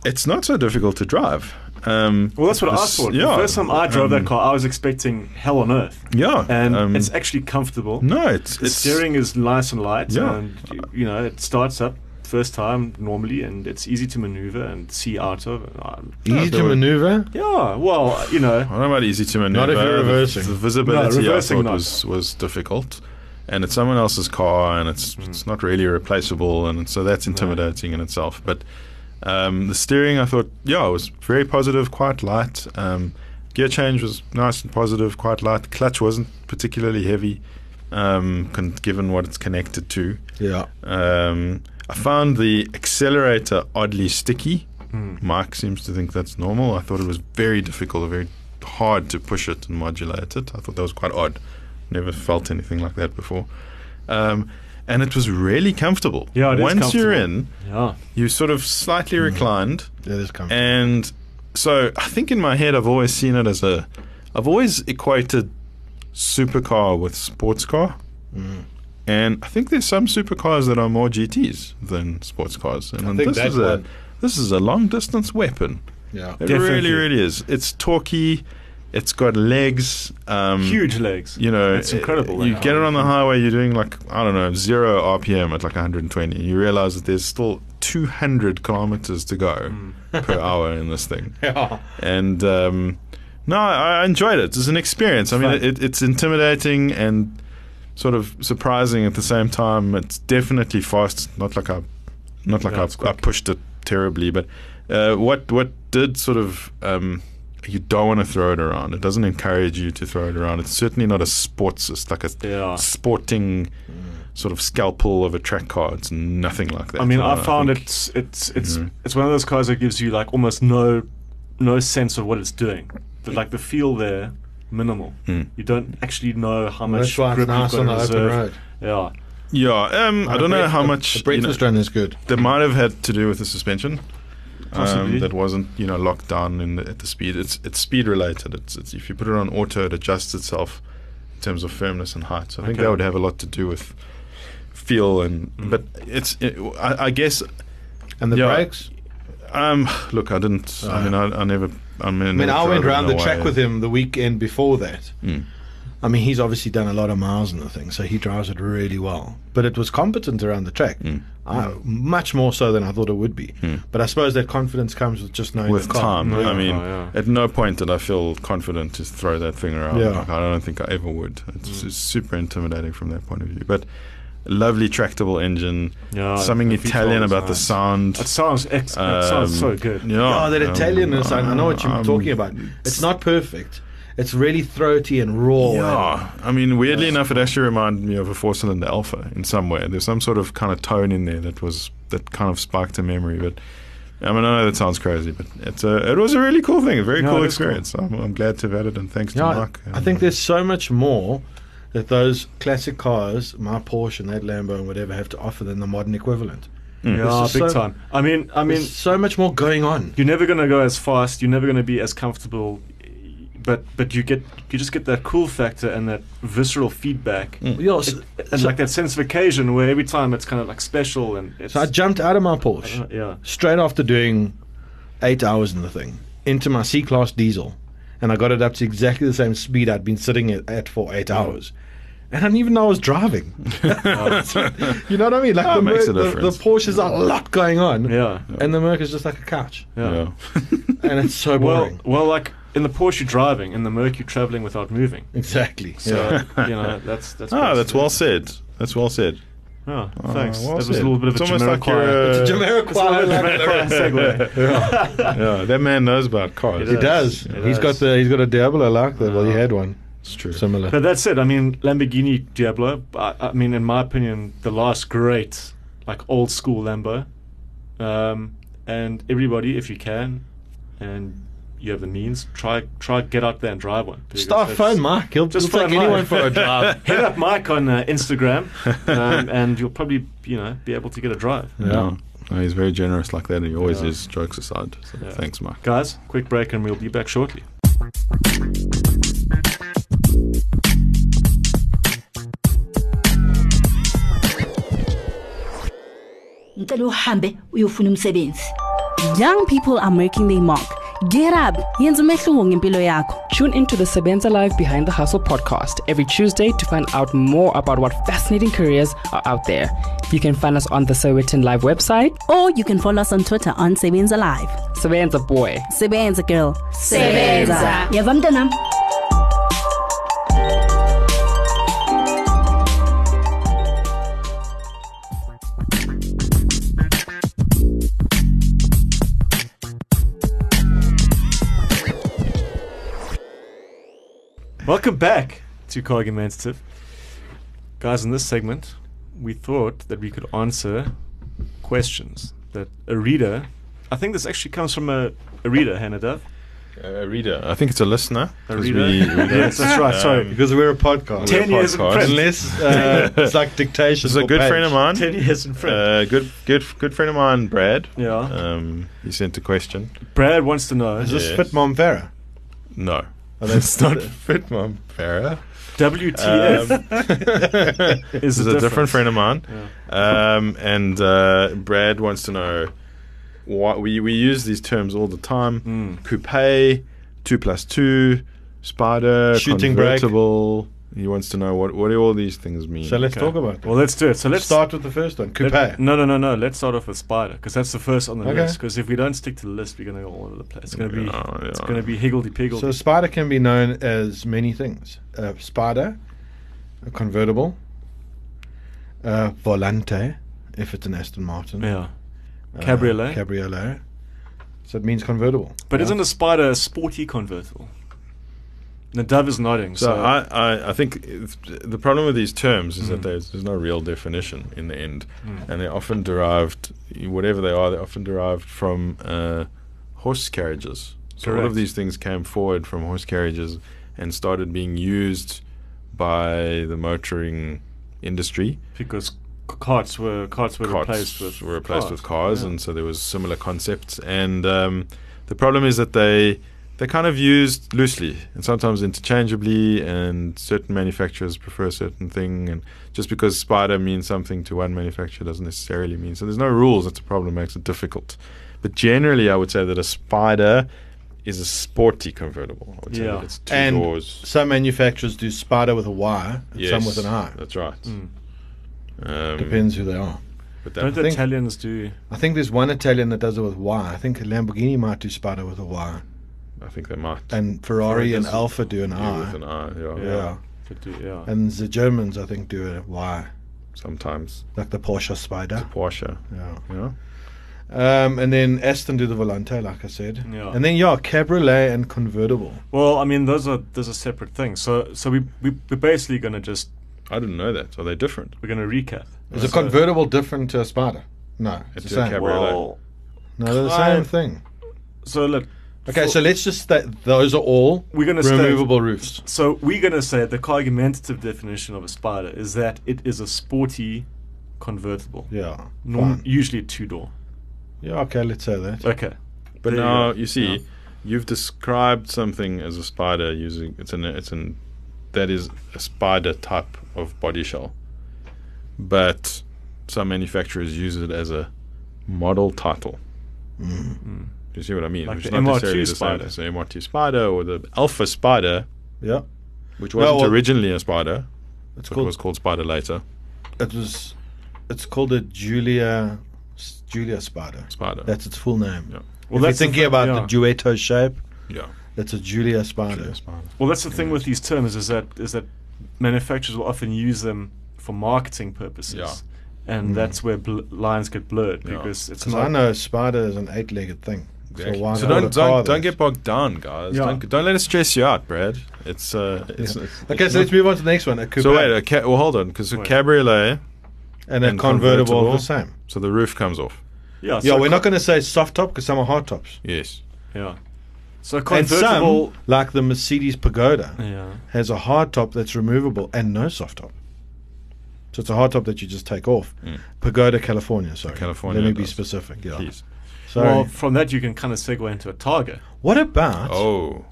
Speaker 3: it's not so difficult to drive. Um,
Speaker 1: Well, that's what I
Speaker 3: this- um,
Speaker 1: thought. The first time I drove that car, I was expecting hell on earth.
Speaker 3: Yeah,
Speaker 1: And
Speaker 3: um,
Speaker 1: it's actually comfortable.
Speaker 3: no, it's,
Speaker 1: The
Speaker 3: it's
Speaker 1: steering is nice and light.
Speaker 3: Yeah.
Speaker 1: And, y- you know, it starts up first time normally and it's easy to maneuver and see out of. Um,
Speaker 2: Easy to
Speaker 3: there were-
Speaker 2: maneuver.
Speaker 1: Yeah, well, you know.
Speaker 3: I don't know about easy to maneuver.
Speaker 2: Not if you're
Speaker 3: The-
Speaker 2: reversing.
Speaker 3: The, visibility
Speaker 1: No,
Speaker 3: I
Speaker 1: reversing
Speaker 3: thought
Speaker 1: not.
Speaker 3: was, was difficult. And it's someone else's car, and
Speaker 1: Hmm.
Speaker 3: it's it's not really replaceable, and so that's intimidating in itself. But um, the steering, I thought, yeah, it was very positive, quite light. Um, gear change was nice and positive, quite light. Clutch wasn't particularly heavy, um, con- given what it's connected to.
Speaker 2: Yeah.
Speaker 3: Um, I found the accelerator oddly sticky.
Speaker 1: Hmm.
Speaker 3: Mike seems to think that's normal. I thought it was very difficult, very hard to push it and modulate it. I thought that was quite odd. Never felt anything like that before. Um, and it was really comfortable.
Speaker 1: Yeah, it is
Speaker 3: Once you're
Speaker 1: comfortable. Hmm.
Speaker 3: in,
Speaker 1: Yeah.
Speaker 3: you're sort of slightly reclined.
Speaker 2: That is coming.
Speaker 3: And so I think in my head, I've always seen it as a. I've always equated supercar with sports car.
Speaker 2: Mm.
Speaker 3: And I think there's some supercars that are more GTs than sports cars. And
Speaker 2: think
Speaker 3: this
Speaker 2: that
Speaker 3: is a
Speaker 2: one-
Speaker 3: this is a long distance weapon.
Speaker 2: yeah.
Speaker 3: [laughs] It
Speaker 1: Definitely.
Speaker 3: really, really is. It's torquey. It's got legs. Um,
Speaker 1: Huge legs.
Speaker 3: You know, eh,
Speaker 1: it's incredible. um,
Speaker 3: You
Speaker 1: that
Speaker 3: get
Speaker 1: car.
Speaker 3: it on the highway. You're doing like I don't know zero RPM at like 120. You realize that there's still 200 kilometers to go per hour in this thing.
Speaker 2: Yeah.
Speaker 3: And um, no, I I enjoyed it. It's an experience. I mean,
Speaker 1: fun.
Speaker 3: it, it's intimidating and sort of surprising at the same time. It's definitely fast. Not like I, not like
Speaker 1: Yeah, it's
Speaker 3: I've, I pushed it terribly. But uh, what what did sort of um, you don't want to throw it around. It doesn't encourage you to throw it around. It's certainly not a sports. It's like a
Speaker 1: Yeah.
Speaker 3: sporting sort of scalpel of a track car. It's nothing like that.
Speaker 1: I mean,
Speaker 3: And
Speaker 1: I found
Speaker 3: think- Mm-hmm.
Speaker 1: it's it's it's it's one of those cars that gives you like almost no no sense of what it's doing. But like the feel there, minimal.
Speaker 3: Mm.
Speaker 1: You don't actually know how much
Speaker 2: That's why it's
Speaker 1: grip
Speaker 2: nice
Speaker 1: you've
Speaker 2: on the
Speaker 1: got in
Speaker 2: open
Speaker 1: reserve.
Speaker 2: road.
Speaker 1: Yeah,
Speaker 3: Yeah, um, I don't know how much
Speaker 2: The
Speaker 3: you know-
Speaker 2: breakfast run is good.
Speaker 3: That might have had to do with the suspension.
Speaker 1: Possibly.
Speaker 3: Um, that wasn't, you know, locked down in the, at the speed. It's it's speed related. It's, it's if you put it on auto, it adjusts itself in terms of firmness and height. So I think
Speaker 1: Okay. Mm.
Speaker 3: that would have a lot to do with feel and. But it's, it, I, I guess,
Speaker 2: And the
Speaker 3: Yeah.
Speaker 2: brakes.
Speaker 3: um, look, I didn't.
Speaker 1: Uh-huh.
Speaker 3: I mean, I, I never. I mean,
Speaker 2: I mean, I went round
Speaker 3: around
Speaker 2: the track with him the weekend before that.
Speaker 3: Hmm.
Speaker 2: I mean, he's obviously done a lot of miles and the thing, so he drives it really well. But it was competent around the track,
Speaker 3: Hmm.
Speaker 2: I, much more so than I thought it would be. But I suppose that confidence comes with just knowing
Speaker 3: with
Speaker 2: the car.
Speaker 3: time.
Speaker 1: Yeah.
Speaker 3: I mean,
Speaker 1: Oh, yeah.
Speaker 3: at no point did I feel confident to throw that thing around.
Speaker 2: Yeah.
Speaker 3: Like, I don't think I ever would. It's
Speaker 1: Mm.
Speaker 3: just super intimidating from that point of view. But lovely tractable engine.
Speaker 1: Yeah,
Speaker 3: Something
Speaker 1: the V12
Speaker 3: Italian
Speaker 1: is
Speaker 3: about the
Speaker 1: nice.
Speaker 3: sound.
Speaker 1: it sounds ex- it sounds so
Speaker 3: Um,
Speaker 1: good.
Speaker 3: Yeah,
Speaker 2: Oh, that
Speaker 3: um,
Speaker 2: Italian is I know what you're
Speaker 3: um,
Speaker 2: talking about. It's not perfect. It's really throaty and raw.
Speaker 3: Yeah, I mean, weirdly enough, it actually reminded me of a four-cylinder Alpha in some way. There's some sort of kind of tone in there that was that kind of sparked a memory. But I mean, I know that sounds crazy, but it's a, it was a really cool thing, a very
Speaker 1: Yeah,
Speaker 3: cool
Speaker 1: it is cool.
Speaker 3: experience. I'm, I'm glad to have had it, and thanks
Speaker 2: Yeah,
Speaker 3: to
Speaker 2: I-
Speaker 3: Mark. um,
Speaker 2: I think there's so much more that those classic cars, my Porsche and that Lambo and whatever, have to offer than the modern equivalent.
Speaker 1: Yeah,
Speaker 2: It's just
Speaker 1: big
Speaker 2: so-
Speaker 1: time. I mean, I mean,
Speaker 2: There's so much more going on.
Speaker 1: you're never gonna go as fast. You're never gonna be as comfortable. but but you get you just get that cool factor and that visceral feedback
Speaker 3: Mm.
Speaker 2: Yo, so,
Speaker 1: and
Speaker 2: so-
Speaker 1: like that sense of occasion where every time it's kind of like special and it's
Speaker 2: so I jumped out of my Porsche.
Speaker 1: yeah
Speaker 2: straight after doing eight hours in the thing into my C class diesel, and I got it up to exactly the same speed I'd been sitting at, at for eight hours. And I didn't even know I was
Speaker 1: [laughs]
Speaker 2: driving. [laughs] you know what I mean? Like
Speaker 3: Ah,
Speaker 2: the,
Speaker 3: it
Speaker 2: Merc-
Speaker 3: makes
Speaker 2: the,
Speaker 3: a
Speaker 2: the
Speaker 3: difference.
Speaker 2: Porsche is a lot going on,
Speaker 1: yeah
Speaker 2: and the Merc is just like a couch,
Speaker 1: yeah,
Speaker 3: Yeah.
Speaker 2: and it's so
Speaker 1: well
Speaker 2: boring.
Speaker 1: well like in the Porsche you're driving in the Merc you're traveling without moving
Speaker 2: exactly.
Speaker 1: so
Speaker 3: [laughs]
Speaker 2: yeah.
Speaker 1: you know that's that's
Speaker 3: [laughs] ah, that's
Speaker 1: basically-
Speaker 3: well said. That's well said.
Speaker 1: yeah thanks
Speaker 3: well
Speaker 1: that was a
Speaker 3: said.
Speaker 1: little bit of
Speaker 3: It's
Speaker 1: a
Speaker 3: almost like
Speaker 1: Jamiroquai-
Speaker 3: you're, uh,
Speaker 1: it's a
Speaker 2: [laughs] Jamiroquai,
Speaker 3: [laughs]
Speaker 2: like-
Speaker 1: Jamiroquai segue
Speaker 3: Yeah, that man knows about cars.
Speaker 1: He
Speaker 2: he does.
Speaker 1: It
Speaker 2: He's got
Speaker 1: does.
Speaker 2: the he's got a Diablo like that. Well, he
Speaker 1: Yeah.
Speaker 2: had one
Speaker 3: It's true.
Speaker 2: similar.
Speaker 1: But that's it. I mean, Lamborghini Diablo. I, I mean, in my opinion, the last great, like old school Lambo. Um, and everybody, if you can, and you have the means, try try get out there and drive one. because
Speaker 2: Start
Speaker 1: that's-
Speaker 2: phone Mark. He'll
Speaker 1: Just
Speaker 2: just take
Speaker 1: phone Mark.
Speaker 2: anyone
Speaker 1: [laughs]
Speaker 2: for a drive.
Speaker 1: Hit up Mike on uh, Instagram, um, and you'll probably you know be able to get a drive.
Speaker 3: Yeah. No, he's very generous like that, and he always is. Jokes aside, so
Speaker 1: Yeah.
Speaker 3: thanks, Mark.
Speaker 1: Guys, quick break, and we'll be back shortly.
Speaker 5: mcela uhambe uyofuna umsebenzi
Speaker 6: Young people are making their mark. Get up. Yenza umehluko ngempilo yakho.
Speaker 7: Tune into the Sabenza Live Behind the Hustle podcast every Tuesday to find out more about what fascinating careers are out there. You can find us on the Sowetan Live website,
Speaker 6: Or you can follow us on Twitter on Sebenza Live.
Speaker 7: Sabenza Boy.
Speaker 6: Sebenza girl.
Speaker 5: sebenza yava mntanam
Speaker 1: Welcome back to Cargumentative. Guys, in this segment, we thought that we could answer questions that a reader, I think this actually comes from a, a reader, Hannah Dove.
Speaker 3: A reader, Uh, I think it's a listener.
Speaker 1: A
Speaker 3: 'cause
Speaker 1: reader?
Speaker 2: [laughs]
Speaker 3: we- Um, we-
Speaker 1: yes, that's right, sorry.
Speaker 2: Because we're a podcast.
Speaker 1: Ten years in
Speaker 3: podcast.
Speaker 1: print.
Speaker 2: Unless uh, it's like dictation.
Speaker 3: This is a
Speaker 2: for
Speaker 3: good
Speaker 2: page.
Speaker 3: friend of mine.
Speaker 1: Ten years in print.
Speaker 3: Uh, good, good, good friend of mine, Brad.
Speaker 1: Yeah.
Speaker 3: Um, he sent a question.
Speaker 1: Brad wants to know,
Speaker 2: Is this
Speaker 3: Yes.
Speaker 2: Fit Mom Farah?
Speaker 3: No,
Speaker 2: Oh, that's-
Speaker 3: it's not fit, mom. Farah.
Speaker 1: WTF
Speaker 3: Um,
Speaker 1: is
Speaker 3: [laughs] This is a different friend of mine. Um, and uh, Brad wants to know what we, we use these terms all the time coupe, two plus two, spider,
Speaker 2: Shooting brake.
Speaker 3: convertible. He wants to know what, what do all these things mean.
Speaker 2: So let's
Speaker 1: Okay.
Speaker 2: talk about
Speaker 1: Well,
Speaker 2: it.
Speaker 1: let's do it. So let's
Speaker 2: Let's start with the first one, coupe.
Speaker 1: let- no, no, no, no. Let's start off with Spider because that's the first on the
Speaker 2: Okay.
Speaker 1: list. Because if we don't stick to the list, we're gonna go all over the place. It's gonna be,
Speaker 3: Yeah,
Speaker 1: it's
Speaker 3: yeah.
Speaker 1: gonna be higgledy piggledy.
Speaker 2: so a spider can be known as many things: a spider, a convertible, a volante, if it's an Aston Martin,
Speaker 1: yeah,
Speaker 2: uh,
Speaker 1: cabriolet.
Speaker 2: cabriolet. So it means convertible.
Speaker 1: But isn't a spider a sporty convertible? The dove is nodding. So,
Speaker 3: So I, I, I think it's- the problem with these terms is that
Speaker 1: Mm.
Speaker 3: there's, there's no real definition in the end, and they're often derived, whatever they are, they're often derived from uh, horse carriages. So all
Speaker 1: Correct.
Speaker 3: of these things came forward from horse carriages and started being used by the motoring industry.
Speaker 1: because c- carts were carts were
Speaker 3: Carts
Speaker 1: replaced with
Speaker 3: were replaced with cars, and so there was similar concepts. And um, the problem is that they they're kind of used loosely and sometimes interchangeably. And certain manufacturers prefer a certain thing, and just because Spider means something to one manufacturer doesn't necessarily mean so. There's no rules. That's a problem. Makes it difficult. But generally, I would say that a Spider is a sporty convertible. I would say
Speaker 1: Yeah.
Speaker 3: that it's two
Speaker 2: and
Speaker 3: doors.
Speaker 2: some manufacturers do spider with a Y, and some with an I.
Speaker 3: That's right. Um,
Speaker 2: Depends who they are.
Speaker 3: But
Speaker 1: Hmm. Don't
Speaker 3: that,
Speaker 1: the
Speaker 2: think-
Speaker 1: Italians do?
Speaker 2: I think there's one Italian that does it with Y. I think Lamborghini might do spider with a Y,
Speaker 3: I think they might.
Speaker 2: and Ferrari and
Speaker 3: does
Speaker 2: Alfa do an
Speaker 3: do
Speaker 2: I.
Speaker 3: with an I,
Speaker 2: yeah.
Speaker 1: They do yeah.
Speaker 2: And the Germans, I think, do it. Why?
Speaker 3: sometimes
Speaker 2: Like the Porsche Spider.
Speaker 3: Porsche.
Speaker 2: Yeah.
Speaker 3: You know?
Speaker 2: Um, and then Aston do the Volante, like I said.
Speaker 1: Yeah.
Speaker 2: And then, yeah, Cabriolet and Convertible.
Speaker 1: well, I mean, those are those are separate things. So so we, we we're basically gonna just
Speaker 3: I didn't know that. Are they different?
Speaker 1: we're gonna recap.
Speaker 2: Is a convertible different to a Spider? No. It's the
Speaker 3: It's a
Speaker 2: same.
Speaker 3: Cabriolet.
Speaker 1: Well,
Speaker 2: No, they're the
Speaker 1: kind-
Speaker 2: same thing.
Speaker 1: so look,
Speaker 2: Okay, so let's just sta those are all
Speaker 1: We're gonna state-
Speaker 2: removable roofs.
Speaker 1: so we're gonna say the argumentative definition of a spider is that it is a sporty convertible,
Speaker 2: Yeah.
Speaker 1: Norm-
Speaker 2: fine.
Speaker 1: usually two door.
Speaker 2: Yeah, okay, let's say that.
Speaker 1: Okay,
Speaker 3: But
Speaker 1: There you
Speaker 3: now
Speaker 1: go.
Speaker 3: you see, You've described something as a spider using it's an it's an that is a spider type of body shell, but some manufacturers use it as a model title. Mm. Do you see what I mean?
Speaker 1: Hmm. Like
Speaker 3: Which
Speaker 1: the
Speaker 3: is not necessarily
Speaker 1: MRT
Speaker 3: the same
Speaker 1: spider.
Speaker 3: as the MRT spider or the alpha spider,
Speaker 2: Yeah.
Speaker 3: which
Speaker 2: Well,
Speaker 3: wasn't
Speaker 2: well-
Speaker 3: originally a spider.
Speaker 2: It's
Speaker 3: but
Speaker 2: called
Speaker 3: was called spider later.
Speaker 2: it was it's called a Julia s- Julia spider.
Speaker 3: Spider.
Speaker 2: That's its full name.
Speaker 3: Yeah.
Speaker 2: Well, if
Speaker 1: that's the
Speaker 2: you're thinking
Speaker 1: thing,
Speaker 2: about
Speaker 1: yeah.
Speaker 2: the duetto shape,
Speaker 3: yeah.
Speaker 2: that's a Julia spider.
Speaker 3: Spider.
Speaker 1: Well, that's the thing with these terms is that is that manufacturers will often use them for marketing purposes,
Speaker 3: Yeah.
Speaker 1: and that's where bl- lines get blurred because it's
Speaker 2: Because
Speaker 1: not.
Speaker 2: I know a spider is an eight-legged thing. So, why
Speaker 3: So
Speaker 2: not a
Speaker 3: don't
Speaker 2: car
Speaker 3: don't, don't
Speaker 2: then?
Speaker 3: get bogged down, guys.
Speaker 1: Yeah.
Speaker 3: Don't, don't let it stress you out, Brad. It's uh, it's, it's-
Speaker 2: [laughs] Okay,
Speaker 3: it's
Speaker 2: so let's
Speaker 3: not-
Speaker 2: move on to the next one. A coupe
Speaker 3: So wait, a ca- well hold on, because a
Speaker 1: Wait.
Speaker 3: cabriolet,
Speaker 2: and a
Speaker 3: and
Speaker 2: convertible, are
Speaker 3: convertible.
Speaker 2: the same.
Speaker 3: so the roof comes off.
Speaker 1: yeah,
Speaker 2: Yeah,
Speaker 1: so
Speaker 2: we're
Speaker 1: a
Speaker 2: not going to say soft top because some are hard tops.
Speaker 3: Yes. It's
Speaker 1: co- yeah. So a
Speaker 2: And
Speaker 1: convertible.
Speaker 2: some, like the Mercedes Pagoda,
Speaker 1: yeah.
Speaker 2: has a hard top that's removable and no soft top. So it's a hard top that you just take off. Pagoda, California. Sorry,
Speaker 3: Mm. California
Speaker 2: Let me be
Speaker 3: does.
Speaker 2: specific. Yeah.
Speaker 3: Please.
Speaker 2: Sorry.
Speaker 1: Well, from that you can kind of segue into a Targa.
Speaker 2: what about?
Speaker 3: Oh,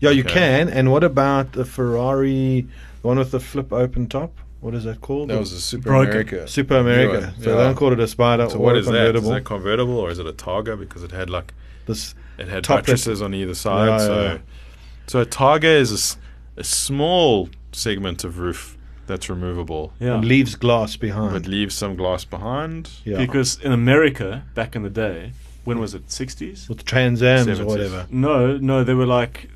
Speaker 2: yeah, you
Speaker 3: okay.
Speaker 2: can. And what about the Ferrari, the one with the flip open top? What is that called?
Speaker 3: that
Speaker 2: The
Speaker 3: was a Super
Speaker 1: Broken.
Speaker 3: America.
Speaker 2: Super America.
Speaker 3: Yeah,
Speaker 2: So
Speaker 3: yeah.
Speaker 2: they don't call it a spider
Speaker 3: So
Speaker 2: or
Speaker 3: what
Speaker 2: a
Speaker 3: is that? Is
Speaker 2: convertible.
Speaker 3: that convertible or is it a Targa? Because it had like
Speaker 2: This
Speaker 3: it had
Speaker 2: Top that-
Speaker 3: buttresses on either side.
Speaker 2: Yeah,
Speaker 3: so
Speaker 2: yeah, yeah.
Speaker 3: so a Targa is a s- a, small segment of roof that's removable,
Speaker 1: Yeah.
Speaker 2: leaves glass
Speaker 3: but
Speaker 2: behind.
Speaker 3: leaves some glass behind.
Speaker 2: yeah.
Speaker 1: Because in America back in the day, when was it? Sixties?
Speaker 2: with Trans Am's or
Speaker 3: 70s.
Speaker 2: whatever.
Speaker 1: No, no, they were like,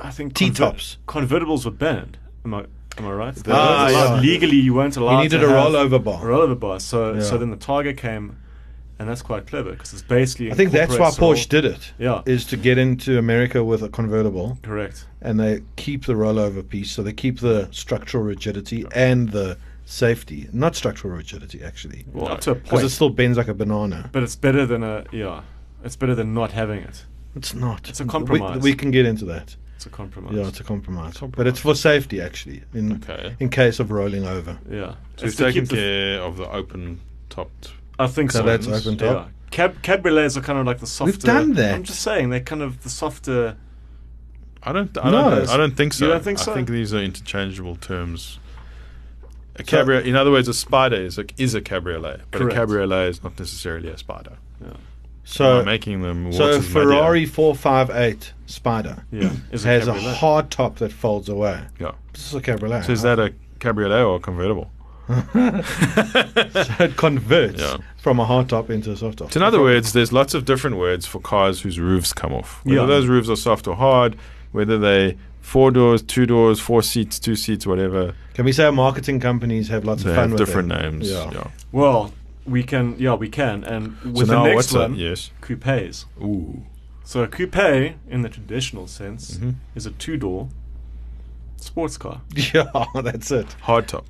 Speaker 1: I think
Speaker 2: T-tops.
Speaker 1: convertibles were banned. Am I am I right? They
Speaker 2: Ah,
Speaker 1: weren't allowed-
Speaker 2: yeah.
Speaker 1: Legally, you weren't allowed.
Speaker 2: You needed
Speaker 1: to
Speaker 2: a
Speaker 1: have
Speaker 2: rollover bar.
Speaker 1: A rollover bar. So so
Speaker 2: Yeah.
Speaker 1: then the Targa came, and that's quite clever because it's basically.
Speaker 2: I think that's why
Speaker 1: incorporates the roll-
Speaker 2: Porsche did it.
Speaker 1: Yeah.
Speaker 2: Is to get into America with a convertible
Speaker 1: Correct.
Speaker 2: and they keep the rollover piece, so they keep the structural rigidity and the safety. Not structural rigidity actually.
Speaker 1: Well,
Speaker 3: No.
Speaker 1: up to a
Speaker 2: Because
Speaker 1: point.
Speaker 2: it still bends like a banana.
Speaker 1: but it's better than a yeah. It's better than not having it.
Speaker 2: It's not.
Speaker 1: It's a
Speaker 2: We-
Speaker 1: compromise.
Speaker 2: We, can get into that.
Speaker 1: It's a compromise.
Speaker 2: Yeah, it's a compromise. But it's for safety actually. In
Speaker 3: Okay.
Speaker 2: in case of rolling over.
Speaker 1: yeah.
Speaker 3: So
Speaker 1: It's
Speaker 3: we've
Speaker 1: to keep
Speaker 3: taken
Speaker 1: the-
Speaker 3: care of the open topped.
Speaker 1: I think
Speaker 2: So
Speaker 1: so.
Speaker 2: that's open top.
Speaker 1: Yeah. Cab- cabriolets are kind of like the softer.
Speaker 2: We've done that.
Speaker 1: I'm just saying they're kind of the softer.
Speaker 3: I don't. I
Speaker 2: No,
Speaker 3: don't. I don't think so.
Speaker 1: you don't think so?
Speaker 3: I think these are interchangeable terms. A cabrio, in other words, a spider is a, is a cabriolet, but
Speaker 1: Correct.
Speaker 3: a cabriolet is not necessarily a spider.
Speaker 2: So
Speaker 3: By making them.
Speaker 2: so
Speaker 3: Watson's Madia.
Speaker 2: Ferrari four five eight Spider
Speaker 1: Yeah, is
Speaker 2: has a
Speaker 1: cabriolet.
Speaker 2: hard top that folds away.
Speaker 3: Yeah.
Speaker 2: This is a cabriolet.
Speaker 3: So is that a cabriolet or a convertible?
Speaker 2: [laughs] it converts
Speaker 3: Yeah.
Speaker 2: from a hard top into a soft top.
Speaker 3: So in other words, there's lots of different words for cars whose roofs come off. Whether
Speaker 1: Yeah.
Speaker 3: those roofs are soft or hard, whether they four doors, two doors, four seats, two seats, whatever.
Speaker 2: Can we say our marketing companies have lots
Speaker 3: They
Speaker 2: of fun
Speaker 3: have
Speaker 2: with
Speaker 3: different
Speaker 2: it?
Speaker 3: names.
Speaker 2: Yeah.
Speaker 1: Well, we can. Yeah, we can. And
Speaker 3: So
Speaker 1: with
Speaker 3: now
Speaker 1: the next
Speaker 3: what's
Speaker 1: one,
Speaker 3: that? Yes.
Speaker 1: coupes.
Speaker 3: Ooh.
Speaker 1: So a coupe, in the traditional sense,
Speaker 2: Mm-hmm.
Speaker 3: Mhm.
Speaker 1: is a two-door sports car.
Speaker 2: [laughs] Yeah, that's it.
Speaker 3: Hard top.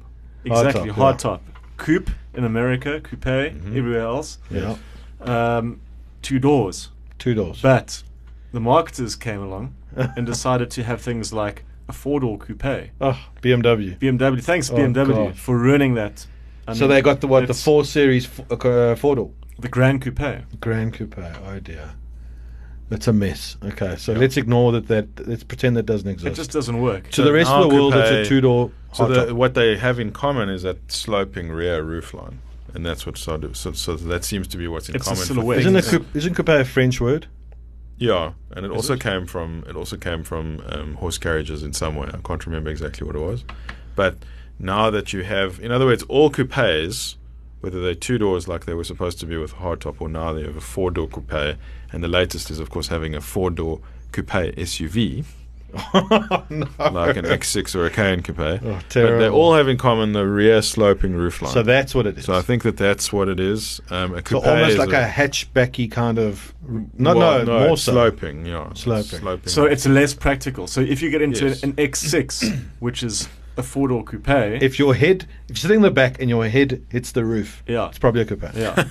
Speaker 1: Exactly,
Speaker 2: yeah. Mm-hmm.
Speaker 1: hard top. Coupe in America, coupe everywhere else.
Speaker 2: Yeah,
Speaker 1: Um, two doors.
Speaker 2: two doors.
Speaker 1: But the marketers came along
Speaker 2: [laughs]
Speaker 1: and decided to have things like a four-door coupe.
Speaker 2: oh, BMW.
Speaker 1: BMW. Thanks BMW
Speaker 2: Oh, God.
Speaker 1: for ruining that. I
Speaker 2: so
Speaker 1: mean,
Speaker 2: they got the what the
Speaker 1: it's
Speaker 2: four series f- uh, four door
Speaker 1: the Grand Coupe.
Speaker 2: Grand Coupe. Oh dear, that's a mess. Okay, so let's ignore that. That let's pretend that doesn't
Speaker 1: It
Speaker 2: exist.
Speaker 1: just doesn't work.
Speaker 2: to the rest
Speaker 3: Our
Speaker 2: of the world,
Speaker 3: coupe-
Speaker 2: it's a two door.
Speaker 3: So the, what they have in common is that sloping rear roof line, and that's what so, do- so, so that seems to be what's in
Speaker 1: It's a
Speaker 3: common. for
Speaker 1: silhouette.
Speaker 2: isn't a
Speaker 3: things.
Speaker 2: coupe, isn't coupe a French word? [laughs]
Speaker 3: Yeah, and it also came from it also came from um, horse carriages in some way. I can't remember exactly what it was, but now that you have, in other words, all coupes, whether they're two doors like they were supposed to be with hardtop, or now they have a four door coupe, and the latest is of course having a four door coupe SUV. Like an X6 or a Cayenne coupe, but they
Speaker 2: terrible.
Speaker 3: all have in common the rear sloping roofline.
Speaker 2: So that's what it is.
Speaker 3: So I think that that's what it is. Um, a
Speaker 2: So
Speaker 3: coupe
Speaker 2: almost
Speaker 3: is
Speaker 2: like a, hatchbacky kind of. No,
Speaker 3: well,
Speaker 2: no, more so.
Speaker 3: sloping. Yeah,
Speaker 2: Sloping.
Speaker 3: sloping.
Speaker 1: So it's less practical. So if you get into
Speaker 3: Yes.
Speaker 1: an, an X6, which is a four door coupe, if
Speaker 2: If your head, if you're sitting in the back and your head hits the roof,
Speaker 1: Yeah.
Speaker 2: it's probably a coupe.
Speaker 1: yeah,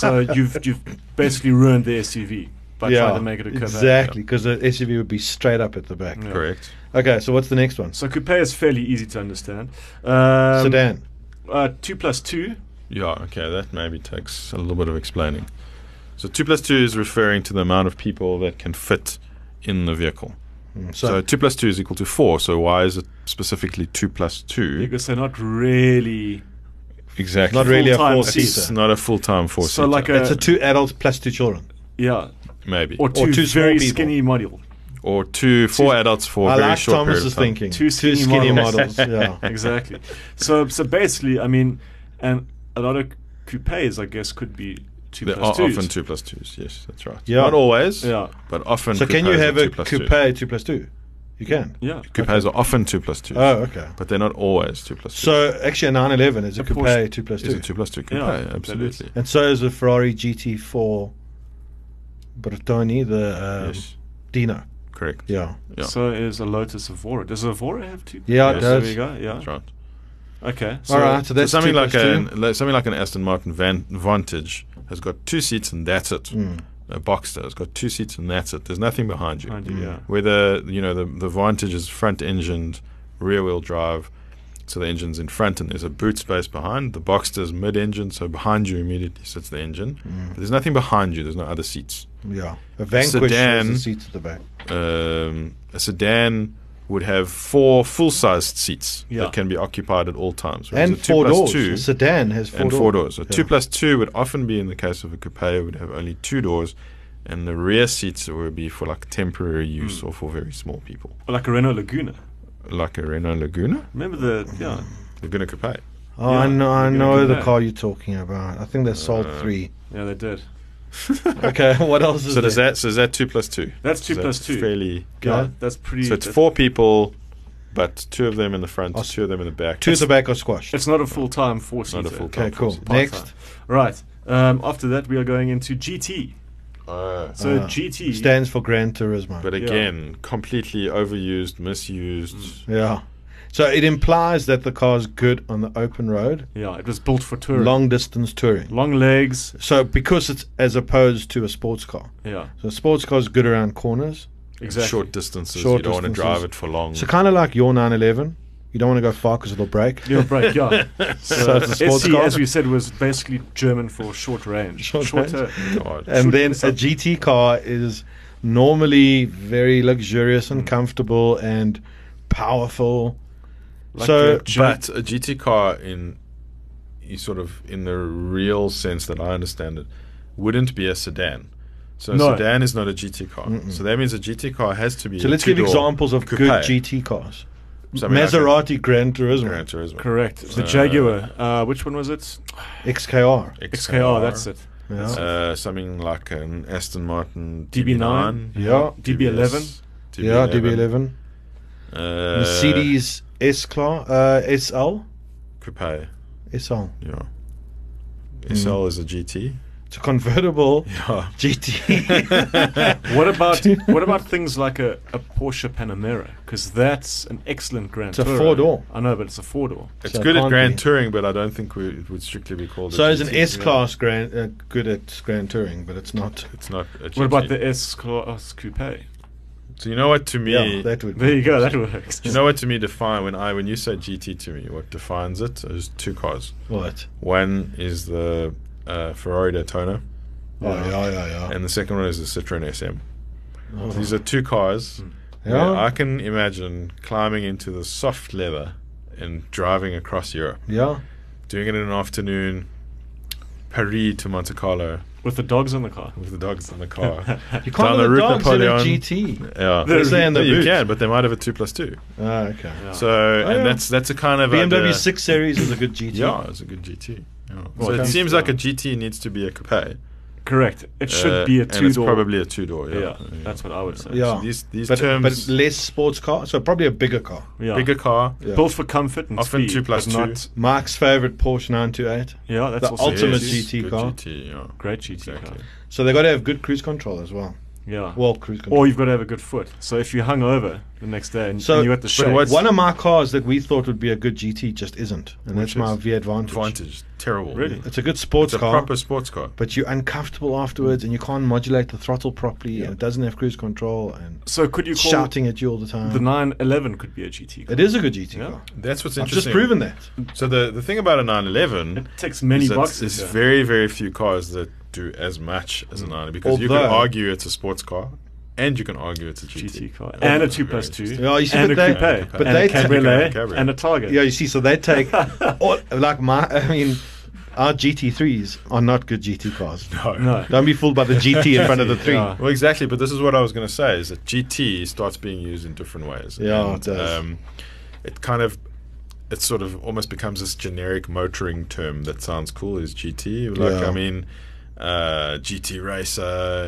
Speaker 1: so you've you've basically ruined the SUV by trying to make it a coupe.
Speaker 2: exactly because the SUV would be straight up at the back.
Speaker 1: Yeah.
Speaker 3: correct.
Speaker 2: Okay, so what's the next one?
Speaker 1: So coupe is fairly easy to understand. Um,
Speaker 2: Sedan.
Speaker 1: Uh, two plus two.
Speaker 3: Yeah, okay, that maybe takes a little bit of explaining. So two plus two is referring to the amount of people that can fit in the vehicle. So,
Speaker 2: So,
Speaker 3: two plus two is equal to four. So why is it specifically two plus two?
Speaker 1: Because they're not really.
Speaker 3: Exactly.
Speaker 2: not really a
Speaker 1: full-time
Speaker 2: four
Speaker 1: seater.
Speaker 2: seater.
Speaker 3: It's not a full time four.
Speaker 1: So like a,
Speaker 2: It's a two adults plus two children.
Speaker 1: yeah,
Speaker 3: maybe
Speaker 1: or
Speaker 3: or,
Speaker 1: two,
Speaker 2: two small
Speaker 1: very
Speaker 2: people.
Speaker 1: skinny model.
Speaker 3: two four adults for a
Speaker 2: I
Speaker 3: very
Speaker 2: like
Speaker 3: short
Speaker 2: Thomas's
Speaker 3: period of time.
Speaker 2: thinking.
Speaker 1: Two skinny
Speaker 3: [laughs]
Speaker 1: models.
Speaker 2: yeah.
Speaker 1: Exactly. so so basically, I mean, and a lot of coupes, I guess, could be two
Speaker 3: There are
Speaker 1: plus twos.
Speaker 3: often two plus twos. Yes, that's right.
Speaker 2: Yeah.
Speaker 3: Not always.
Speaker 1: Yeah.
Speaker 3: But often.
Speaker 2: So can you
Speaker 3: coupes are
Speaker 2: have a
Speaker 3: two plus
Speaker 2: coupe
Speaker 3: Two.
Speaker 2: two plus two? You can.
Speaker 1: Yeah.
Speaker 3: Coupes are often two plus two.
Speaker 2: Oh, okay.
Speaker 3: But they're not always two plus two.
Speaker 2: So actually, a 911 is a
Speaker 1: Of course.
Speaker 2: coupe two plus
Speaker 3: it's
Speaker 2: two,
Speaker 3: a two plus two coupe.
Speaker 1: Yeah, that
Speaker 3: absolutely.
Speaker 2: and so is the Ferrari GT4 Bertoni, the um,
Speaker 3: Yes.
Speaker 2: Dino.
Speaker 3: Correct.
Speaker 2: Yeah,
Speaker 3: Yeah.
Speaker 1: So is a Lotus Evora. Does Evora have two?
Speaker 2: yeah, it
Speaker 3: Yes.
Speaker 1: There
Speaker 2: does.
Speaker 1: we go. Yeah.
Speaker 3: That's right.
Speaker 1: Okay. So
Speaker 2: All right, so
Speaker 3: So
Speaker 2: that's
Speaker 3: something
Speaker 2: two
Speaker 3: like
Speaker 2: plus
Speaker 3: an
Speaker 2: two.
Speaker 3: like, something like an Aston Martin van, Vantage has got two seats and that's it.
Speaker 2: Hmm.
Speaker 3: A Boxster has got two seats and that's it. There's nothing behind you.
Speaker 1: I do, yeah.
Speaker 3: Whether you know the the Vantage is front engined, rear wheel drive, so the engine's in front and there's a boot space behind. The Boxster is mid engine, so behind you immediately sits the engine.
Speaker 2: Mm.
Speaker 3: But there's nothing behind you. There's no other seats.
Speaker 2: Yeah, a Vanquish has
Speaker 3: Sedan.
Speaker 2: a seat at the back.
Speaker 3: Um, a sedan would have four full sized seats
Speaker 1: Yeah.
Speaker 3: that can be occupied at all times. whereas
Speaker 2: And
Speaker 3: a two
Speaker 2: four
Speaker 3: plus
Speaker 2: doors.
Speaker 3: two-
Speaker 2: A sedan has four
Speaker 3: and
Speaker 2: doors.
Speaker 3: four doors. So two
Speaker 2: Yeah.
Speaker 3: plus two would often be in the case of a coupe would have only two doors, and the rear seats would be for like temporary
Speaker 2: Mm.
Speaker 3: use or for very small people,
Speaker 1: like a Renault Laguna.
Speaker 3: like a Renault Laguna,
Speaker 1: Remember the yeah.
Speaker 3: Laguna coupe.
Speaker 2: Oh,
Speaker 1: Yeah,
Speaker 2: I know, I
Speaker 1: you're gonna
Speaker 2: know
Speaker 1: do
Speaker 2: the
Speaker 1: that.
Speaker 2: car you're talking about. I think they sold
Speaker 3: Uh, [laughs]
Speaker 2: three.
Speaker 1: Yeah, they did.
Speaker 2: Okay, what else is
Speaker 3: So does
Speaker 2: there?
Speaker 3: that? So is that two plus two?
Speaker 1: That's two
Speaker 3: So
Speaker 1: plus
Speaker 3: that's
Speaker 1: two.
Speaker 3: Fairly.
Speaker 1: Yeah,
Speaker 2: Yeah.
Speaker 1: that's pretty.
Speaker 3: So it's
Speaker 1: that's-
Speaker 3: four people, but two of them in the front,
Speaker 2: Oh,
Speaker 3: two of them in the back.
Speaker 2: Two at the back are squashed.
Speaker 1: It's not a full time four seater.
Speaker 3: Not a full-time.
Speaker 2: Okay, cool.
Speaker 1: Part-time.
Speaker 2: Next,
Speaker 1: Right. Um, after that, we are going into GT.
Speaker 3: Oh.
Speaker 1: So
Speaker 2: Ah.
Speaker 1: GT
Speaker 2: stands for Gran Turismo.
Speaker 3: But again, completely overused,
Speaker 1: Mm.
Speaker 3: misused.
Speaker 2: yeah. So it implies that the car's good on the open road,
Speaker 1: Yeah, it was built for touring.
Speaker 2: long distance touring.
Speaker 1: Long legs.
Speaker 2: So because it's as opposed to a sports car.
Speaker 1: Yeah,
Speaker 2: So a sports car's good around corners.
Speaker 1: exactly.
Speaker 3: Short distances.
Speaker 2: Short
Speaker 3: you don't want to
Speaker 2: distances.
Speaker 3: drive it for long.
Speaker 2: So kind of like your 911, you don't want to go far because it'll break.
Speaker 1: Your brake, yeah.
Speaker 2: So
Speaker 3: [laughs]
Speaker 2: it's a sports
Speaker 1: SC,
Speaker 2: car.
Speaker 1: as we said, was basically German for short range.
Speaker 2: Short
Speaker 1: Shorter.
Speaker 3: God.
Speaker 2: and then a
Speaker 1: Short-
Speaker 2: GT car is normally very luxurious and comfortable and powerful.
Speaker 1: Like
Speaker 2: so,
Speaker 1: the G-
Speaker 3: But a GT car in you sort of in the real sense that I understand it wouldn't be a sedan. So a
Speaker 1: No.
Speaker 3: sedan is not a GT car. So that means a GT car has to be.
Speaker 2: so
Speaker 3: a
Speaker 2: let's give
Speaker 3: two-door
Speaker 2: examples of
Speaker 3: coupe.
Speaker 2: good GT cars.
Speaker 3: Something like a
Speaker 2: Maserati Gran Turismo,
Speaker 3: Gran Turismo.
Speaker 1: Correct. The Jaguar. Uh, which one was it?
Speaker 2: XKR.
Speaker 1: XKR, oh, that's it.
Speaker 2: Yeah.
Speaker 3: Uh, something like an Aston Martin
Speaker 1: DB9.
Speaker 3: DB9,
Speaker 2: Yeah.
Speaker 1: DB11.
Speaker 2: yeah, DB11.
Speaker 3: Uh,
Speaker 2: Mercedes S Class, uh, SL,
Speaker 3: coupe.
Speaker 2: SL.
Speaker 1: Hmm.
Speaker 3: Yeah. SL is a GT.
Speaker 2: It's a convertible
Speaker 3: Yeah.
Speaker 2: GT. [laughs]
Speaker 1: What about what about things like a, a Porsche Panamera? Because that's an excellent Grand
Speaker 2: It's a four-door.
Speaker 1: I know, but it's a four door.
Speaker 3: It's
Speaker 2: So it
Speaker 3: good at
Speaker 2: can't
Speaker 3: Grand
Speaker 2: be.
Speaker 3: Touring, but I don't think we, it would strictly be called.
Speaker 2: so
Speaker 3: a
Speaker 2: it's an
Speaker 3: GT.
Speaker 2: S Class Grand, uh, good at Grand Touring, but it's not.
Speaker 3: It's not. A GT.
Speaker 1: What about the S Class Coupe?
Speaker 3: So you know what to me?
Speaker 2: Yeah, that would.
Speaker 1: There you go. That works.
Speaker 3: you know what to me define when I when you say GT to me, what defines it is two cars.
Speaker 2: What?
Speaker 3: One is the uh, Ferrari Daytona,
Speaker 2: Oh yeah, yeah, yeah.
Speaker 3: and the second one is the Citroen SM.
Speaker 2: Oh.
Speaker 3: These are two cars.
Speaker 2: Hmm.
Speaker 3: where
Speaker 2: Yeah.
Speaker 3: I can imagine climbing into the soft leather and driving across Europe,
Speaker 2: Yeah.
Speaker 3: doing it in an afternoon, Paris to Monte Carlo
Speaker 1: With the dogs on the car.
Speaker 3: with the dogs in the car.
Speaker 2: [laughs] You
Speaker 3: Down
Speaker 2: can't
Speaker 3: the
Speaker 2: have a
Speaker 3: Route
Speaker 2: dog in a
Speaker 3: Napoleon.
Speaker 2: GT.
Speaker 3: yeah,
Speaker 1: They're
Speaker 2: in the
Speaker 3: No, you
Speaker 2: boot.
Speaker 3: can, but they might have a two plus two.
Speaker 2: Ah, okay.
Speaker 3: So and
Speaker 2: yeah.
Speaker 3: that's that's a kind of
Speaker 2: BMW
Speaker 3: idea.
Speaker 2: 6 Series is a good GT.
Speaker 3: uh, Yeah, it's a good GT. Yeah. so
Speaker 1: okay.
Speaker 3: it seems
Speaker 2: uh,
Speaker 3: like a GT needs to be a coupe.
Speaker 1: Correct. It should
Speaker 3: Uh,
Speaker 1: be a
Speaker 3: And
Speaker 1: two
Speaker 3: it's
Speaker 1: door.
Speaker 3: probably a two door.
Speaker 1: yeah,
Speaker 3: Yeah.
Speaker 1: That's what I would say.
Speaker 2: Yeah.
Speaker 3: These these
Speaker 2: but,
Speaker 3: terms
Speaker 2: but less sports car, so probably a bigger car.
Speaker 1: Yeah.
Speaker 3: bigger car.
Speaker 2: Yeah.
Speaker 1: Built for comfort and
Speaker 3: Often
Speaker 1: speed,
Speaker 3: two plus
Speaker 1: but
Speaker 3: two.
Speaker 1: Not,
Speaker 2: Mark's favorite Porsche 928.
Speaker 1: yeah, that's
Speaker 2: The
Speaker 1: also
Speaker 2: ultimate
Speaker 1: yes.
Speaker 2: GT
Speaker 3: good
Speaker 2: car.
Speaker 3: GT, yeah.
Speaker 1: Great GT car.
Speaker 3: Exactly.
Speaker 2: So they got to have good cruise control as well.
Speaker 1: Yeah.
Speaker 2: Well, cruise control.
Speaker 1: or you've got to have a good foot. So if you hung over the next day and,
Speaker 2: So-
Speaker 1: and you're at the
Speaker 2: but
Speaker 1: show,
Speaker 3: what's-
Speaker 2: one of my cars that we thought would be a good GT just isn't, and that's
Speaker 3: Which
Speaker 2: my
Speaker 3: is?
Speaker 2: V Advantage.
Speaker 3: Advantage terrible.
Speaker 1: Really?
Speaker 2: It's a good sports
Speaker 3: It's a
Speaker 2: car,
Speaker 3: proper sports car.
Speaker 2: but you're uncomfortable afterwards, and you can't modulate the throttle properly, and it doesn't have cruise control, and
Speaker 1: so could you
Speaker 2: it's
Speaker 1: call
Speaker 2: shouting at you all the time.
Speaker 1: the 911 could be a GT car?
Speaker 2: it is a good GT
Speaker 1: Yeah.
Speaker 2: car.
Speaker 3: That's what's
Speaker 2: I've just
Speaker 3: interesting.
Speaker 2: proven that.
Speaker 3: So the the thing about a 911
Speaker 1: It ticks many
Speaker 3: is that
Speaker 1: boxes.
Speaker 3: There's
Speaker 1: yeah.
Speaker 3: very very few cars that do as much as an Islander because you could
Speaker 2: Mm. Although-
Speaker 3: argue it's a sports car, and you can argue it's a GT,
Speaker 1: GT car and a two
Speaker 3: very
Speaker 1: plus two,
Speaker 3: interesting.
Speaker 2: Yeah, Oh, you see,
Speaker 1: and a
Speaker 2: but they-
Speaker 1: coupe,
Speaker 2: but
Speaker 1: and
Speaker 2: they-
Speaker 1: a cabriolet,
Speaker 3: Cabriolet.
Speaker 1: and a target.
Speaker 2: Yeah, you see, so
Speaker 1: [laughs]
Speaker 2: they take all, like my. I mean, our GT3s are not good GT cars.
Speaker 1: No.
Speaker 2: Don't be fooled by the GT in front of the
Speaker 1: [laughs]
Speaker 2: three.
Speaker 1: Yeah.
Speaker 3: Well, exactly. But this is what I was going to say: is that GT starts being used in different ways.
Speaker 2: Yeah, it does.
Speaker 3: Um, it kind of, it sort of almost becomes this generic motoring term that sounds cool. Is GT like?
Speaker 2: Yeah.
Speaker 3: I mean, uh, GT Racer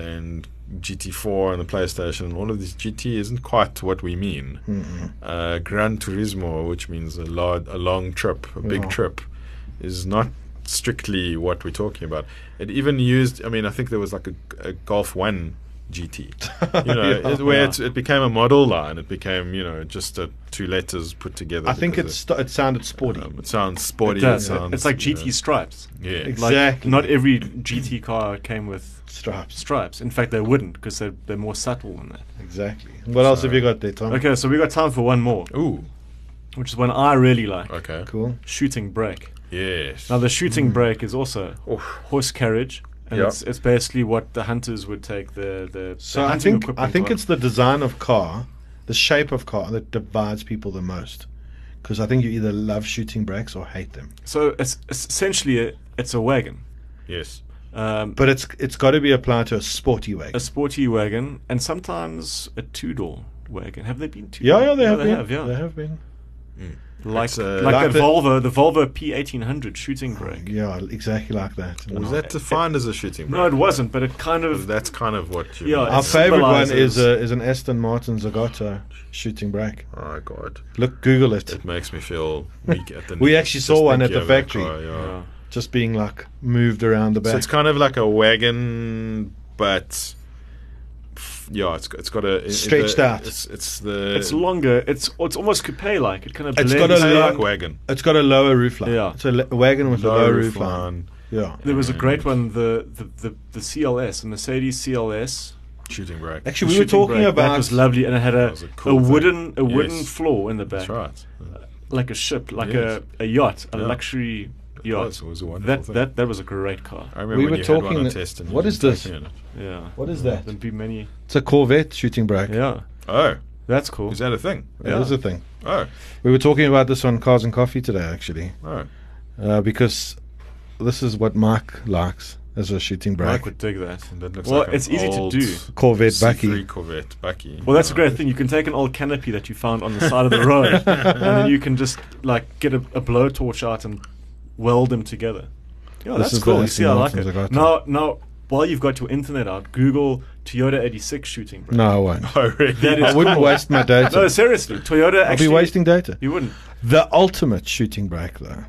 Speaker 3: and GT4 and the PlayStation and all of this GT isn't quite what we mean. Uh, Gran Turismo, which means a large, a long trip, a big trip, is not strictly what we're talking about. It even used, I mean, I think there was like a, a Golf One GT,
Speaker 2: [laughs]
Speaker 3: you know, it, where it's, it became a model line. It became, you know, just a, two letters put together.
Speaker 2: I think it's
Speaker 3: because
Speaker 2: st- it sounded sporty.
Speaker 3: it, um, it sounds sporty.
Speaker 1: It does. It-
Speaker 3: sounds,
Speaker 1: it's like
Speaker 3: you
Speaker 1: GT
Speaker 3: know,
Speaker 1: stripes.
Speaker 3: yeah,
Speaker 1: Like,
Speaker 2: Exactly.
Speaker 1: Not every GT car came with
Speaker 2: Stripes.
Speaker 1: stripes. In fact, they wouldn't because they're, they're more subtle than that.
Speaker 2: Exactly. What else have you got there, Tom?
Speaker 1: Okay, so we got time for one more,
Speaker 3: Ooh,
Speaker 1: which is one I really like
Speaker 3: okay,
Speaker 2: Cool.
Speaker 1: shooting brake.
Speaker 3: yes.
Speaker 1: Now, the shooting
Speaker 2: Mm.
Speaker 1: brake is also horse carriage. And
Speaker 3: Yeah.
Speaker 1: it's, it's basically what the hunters would take the the,
Speaker 2: So
Speaker 1: the
Speaker 2: I
Speaker 1: hunting
Speaker 2: think I
Speaker 1: equipment
Speaker 2: think
Speaker 1: on.
Speaker 2: it's the design of car, the shape of car that divides people the most, because I think you either love shooting brakes or hate them.
Speaker 1: so it's, it's essentially a, it's a wagon,
Speaker 3: yes.
Speaker 1: um,
Speaker 2: But it's it's got to be applied to a sporty wagon.
Speaker 1: a sporty wagon, and sometimes a two door wagon. Have they been two?
Speaker 2: yeah, yeah, they have
Speaker 1: they
Speaker 2: been.
Speaker 1: have, yeah.
Speaker 2: They have been.
Speaker 1: Like,
Speaker 3: It's, uh,
Speaker 1: like,
Speaker 2: Like
Speaker 1: the,
Speaker 2: the- Oh,
Speaker 1: Volvo, the Volvo P1800 shooting brake.
Speaker 2: Yeah, exactly like that.
Speaker 3: Was that defined as a shooting?
Speaker 1: No, it
Speaker 3: brake?
Speaker 1: wasn't, but it kind of
Speaker 3: That's kind of what you.
Speaker 1: Yeah,
Speaker 2: Our
Speaker 1: it's-
Speaker 2: favorite one
Speaker 1: symbolizes-
Speaker 2: is a, is an Aston Martin Zagato shooting brake.
Speaker 3: Oh God,
Speaker 2: Look, Google it.
Speaker 3: it makes me feel weak at the.
Speaker 2: We
Speaker 3: knees
Speaker 2: actually
Speaker 3: just
Speaker 2: saw one
Speaker 3: thinking
Speaker 2: at the
Speaker 3: of that
Speaker 2: factory.
Speaker 3: car, yeah.
Speaker 1: Yeah.
Speaker 2: Just being like moved around the
Speaker 3: So
Speaker 2: back.
Speaker 3: it's kind of like a wagon, but f- yeah, it's it's got a it-
Speaker 2: Stretched
Speaker 3: the-
Speaker 2: out.
Speaker 3: It's, it's the
Speaker 1: it's longer. It's it's almost coupe like. It kind of
Speaker 2: It's
Speaker 1: blends.
Speaker 2: got a
Speaker 3: It's like
Speaker 2: long-
Speaker 3: wagon.
Speaker 2: it's got a lower roof line.
Speaker 1: Yeah.
Speaker 2: It's a le- wagon with a
Speaker 3: Low
Speaker 2: lower
Speaker 3: roof
Speaker 2: roof line.
Speaker 3: line,
Speaker 2: Yeah.
Speaker 1: There was a great one, the the, the, the CLS, the Mercedes CLS.
Speaker 3: shooting brake.
Speaker 1: the
Speaker 2: Actually, we were
Speaker 1: shooting
Speaker 2: talking
Speaker 1: brake. that
Speaker 2: about
Speaker 1: was lovely, and it had a,
Speaker 3: was
Speaker 1: a,
Speaker 3: a cool thing.
Speaker 1: wooden a wooden
Speaker 3: Yes.
Speaker 1: floor in the back,
Speaker 3: that's right.
Speaker 1: like a ship, like
Speaker 3: Yes.
Speaker 1: a, a yacht, a
Speaker 3: Yeah.
Speaker 1: luxury
Speaker 3: It
Speaker 1: yacht.
Speaker 3: was, it was a wonderful
Speaker 1: that
Speaker 3: thing.
Speaker 1: that that was a great car.
Speaker 3: I remember
Speaker 2: We
Speaker 3: when
Speaker 2: were
Speaker 3: you had
Speaker 2: talking
Speaker 3: one on
Speaker 2: that-
Speaker 3: test and you
Speaker 2: what
Speaker 3: were
Speaker 2: is this?
Speaker 3: taking it.
Speaker 1: Yeah,
Speaker 2: What is that?
Speaker 1: there'd be many.
Speaker 2: It's a Corvette shooting brake.
Speaker 1: Yeah,
Speaker 3: Oh,
Speaker 1: that's cool.
Speaker 3: is that a thing?
Speaker 2: That is a thing.
Speaker 3: Oh,
Speaker 2: We were talking about this on Cars and Coffee today, actually,
Speaker 3: oh,
Speaker 2: uh, because this is what Mike likes as a shooting brake.
Speaker 1: Mike would dig that.
Speaker 3: that looks
Speaker 1: Well,
Speaker 3: like an
Speaker 1: it's easy to
Speaker 3: old
Speaker 1: do.
Speaker 2: Corvette
Speaker 3: C3
Speaker 2: Bucky.
Speaker 3: Corvette Bucky.
Speaker 1: Well, that's a great
Speaker 3: [laughs]
Speaker 1: thing. You can take an old canopy that you found on the side of the road, and then you can just like get a, a blowtorch out and weld them together. Yeah,
Speaker 2: This
Speaker 1: that's
Speaker 2: is
Speaker 1: cool.
Speaker 2: the
Speaker 1: You see, I like
Speaker 2: Aston Martin's I
Speaker 1: it.
Speaker 2: got.
Speaker 1: Now, now, while you've got your internet out, Google Toyota 86 shooting brake.
Speaker 2: No, I
Speaker 1: [laughs]
Speaker 2: won't.
Speaker 3: Oh, really?
Speaker 1: That is
Speaker 2: [laughs] I wouldn't
Speaker 1: cool.
Speaker 2: waste my data.
Speaker 1: [laughs] No, seriously, Toyota.
Speaker 2: I'll
Speaker 1: actually,
Speaker 2: be wasting data.
Speaker 1: You wouldn't.
Speaker 2: The ultimate shooting brake, though.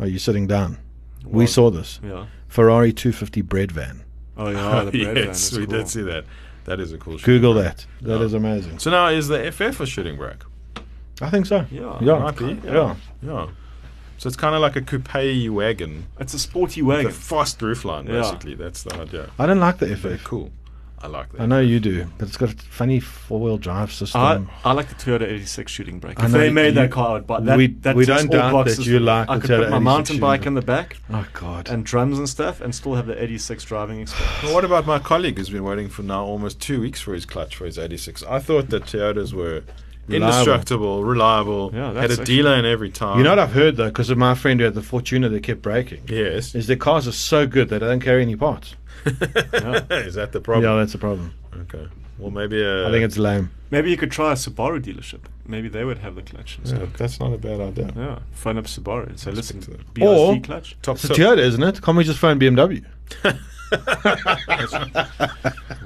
Speaker 2: Are you sitting down? we
Speaker 1: Mm. Well,
Speaker 2: saw this
Speaker 1: Yeah.
Speaker 2: Ferrari 250 bread van.
Speaker 1: Oh
Speaker 3: [laughs]
Speaker 1: yeah, the bread van
Speaker 3: yes,
Speaker 1: is
Speaker 3: we
Speaker 1: cool.
Speaker 3: did see that. That is a cool. shooting
Speaker 2: Google
Speaker 3: brake.
Speaker 2: that. That is amazing.
Speaker 3: So now is the FF a shooting brake?
Speaker 2: I think so.
Speaker 1: Yeah,
Speaker 2: yeah,
Speaker 3: might be, yeah.
Speaker 2: yeah.
Speaker 3: Yeah. So it's kind of like a coupe wagon,
Speaker 1: It's a sporty
Speaker 3: a
Speaker 1: wagon.
Speaker 3: fast roofline
Speaker 1: Yeah.
Speaker 3: basically. That's the idea.
Speaker 2: I don't like the
Speaker 3: Very
Speaker 2: FF.
Speaker 3: cool. I like that.
Speaker 2: I know you do, but it's got a funny four-wheel drive system.
Speaker 1: I, I like the Toyota 86 shooting brake.
Speaker 2: Um, I
Speaker 1: If
Speaker 2: know
Speaker 1: they
Speaker 2: you-
Speaker 1: made
Speaker 2: you-
Speaker 1: that car, I'd buy that.
Speaker 2: we-
Speaker 1: that
Speaker 2: we
Speaker 1: ticks
Speaker 2: don't
Speaker 1: all
Speaker 2: doubt that
Speaker 1: boxes.
Speaker 2: you like
Speaker 1: I
Speaker 2: the
Speaker 1: could
Speaker 2: Toyota
Speaker 1: put my
Speaker 2: 86
Speaker 1: mountain bike
Speaker 2: shooting
Speaker 1: in the back
Speaker 2: oh God!
Speaker 1: and drums and stuff, and still have the 86 driving experience.
Speaker 3: Well, what about my colleague who's been waiting for now almost two weeks for his clutch for his 86? I thought that Toyotas were indestructible, reliable,
Speaker 1: Yeah,
Speaker 3: had
Speaker 1: that's
Speaker 3: a dealer in every time.
Speaker 2: you know what I've heard though, because of my friend who had the Fortuna that kept breaking,
Speaker 3: Yes.
Speaker 2: is their cars are so good that they don't carry any parts.
Speaker 3: [laughs] is that the
Speaker 2: Yeah,
Speaker 3: problem?
Speaker 2: that's a problem.
Speaker 3: Okay. Well, maybe a.
Speaker 2: I think it's lame.
Speaker 1: Maybe you could try a Subaru dealership. Maybe they would have the clutch. And
Speaker 3: Yeah,
Speaker 1: stuff.
Speaker 3: that's not a bad idea.
Speaker 1: Yeah, phone up Subaru. and say, listen,
Speaker 3: to them.
Speaker 1: BRC
Speaker 2: Or-
Speaker 1: clutch.
Speaker 3: Top
Speaker 2: It's a
Speaker 3: tip.
Speaker 2: Toyota, isn't it? Can't we just phone BMW?
Speaker 3: [laughs]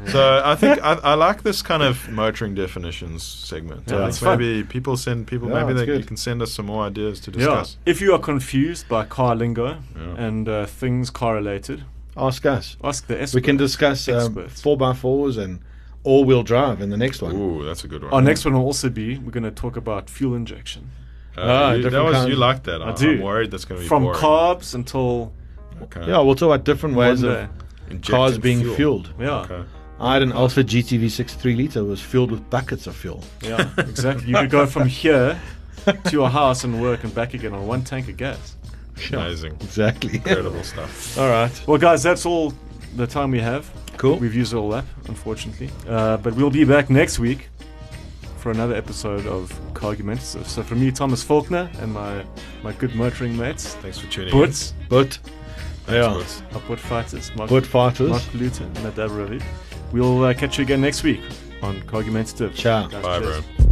Speaker 3: So I think I, I like this kind of motoring definitions segment.
Speaker 1: Yeah,
Speaker 3: I
Speaker 1: it's
Speaker 3: think
Speaker 1: fun.
Speaker 3: maybe people send people.
Speaker 2: Yeah,
Speaker 3: maybe
Speaker 2: it's
Speaker 3: they
Speaker 2: good.
Speaker 3: you can send us some more ideas to
Speaker 1: Yeah,
Speaker 3: discuss.
Speaker 1: if you are confused by car lingo
Speaker 3: Yeah.
Speaker 1: and uh, things correlated,
Speaker 2: Ask us.
Speaker 1: ask the expert.
Speaker 2: We can discuss um,
Speaker 1: Experts.
Speaker 2: four by fours and all-wheel drive in the next one.
Speaker 3: Ooh, that's a good one.
Speaker 2: Oh,
Speaker 1: Our next one will also be we're going to talk about fuel injection
Speaker 3: Uh,
Speaker 2: Ah,
Speaker 3: you, that
Speaker 2: different
Speaker 3: was
Speaker 2: kind.
Speaker 3: you like that. I,
Speaker 1: do.
Speaker 3: am worried that's going to be
Speaker 1: from
Speaker 3: boring.
Speaker 1: carbs until
Speaker 3: Okay.
Speaker 2: Yeah, we'll talk about different ways
Speaker 1: one
Speaker 2: of
Speaker 1: day.
Speaker 3: Injecting
Speaker 2: cars being
Speaker 3: fuel.
Speaker 2: fueled.
Speaker 1: Yeah,
Speaker 3: Okay.
Speaker 2: I had an Alfa GTV6 3 liter was fueled with buckets of fuel. [laughs]
Speaker 1: yeah, exactly. You could go from here to your house and work and back again on one tank of gas.
Speaker 3: Amazing.
Speaker 2: [laughs] Exactly.
Speaker 3: Incredible stuff.
Speaker 2: All right.
Speaker 1: Well, guys, that's all the time we have.
Speaker 2: Cool.
Speaker 1: We've used all that, unfortunately. Uh, but we'll be back next week for another episode of Carguments. So, so for me, Thomas Faulkner, and my, my good motoring mates,
Speaker 3: Thanks for tuning
Speaker 1: Butz,
Speaker 2: But
Speaker 3: in.
Speaker 2: yeah.
Speaker 3: Butz.
Speaker 1: our Butt Fighters, Mark,
Speaker 2: Butt Fighters.
Speaker 1: Mark Luton, Nadab Ravid. We'll uh, catch you again next week on Cargumentative.
Speaker 2: Ciao.
Speaker 1: Guys,
Speaker 3: Bye,
Speaker 1: cheers.
Speaker 3: bro.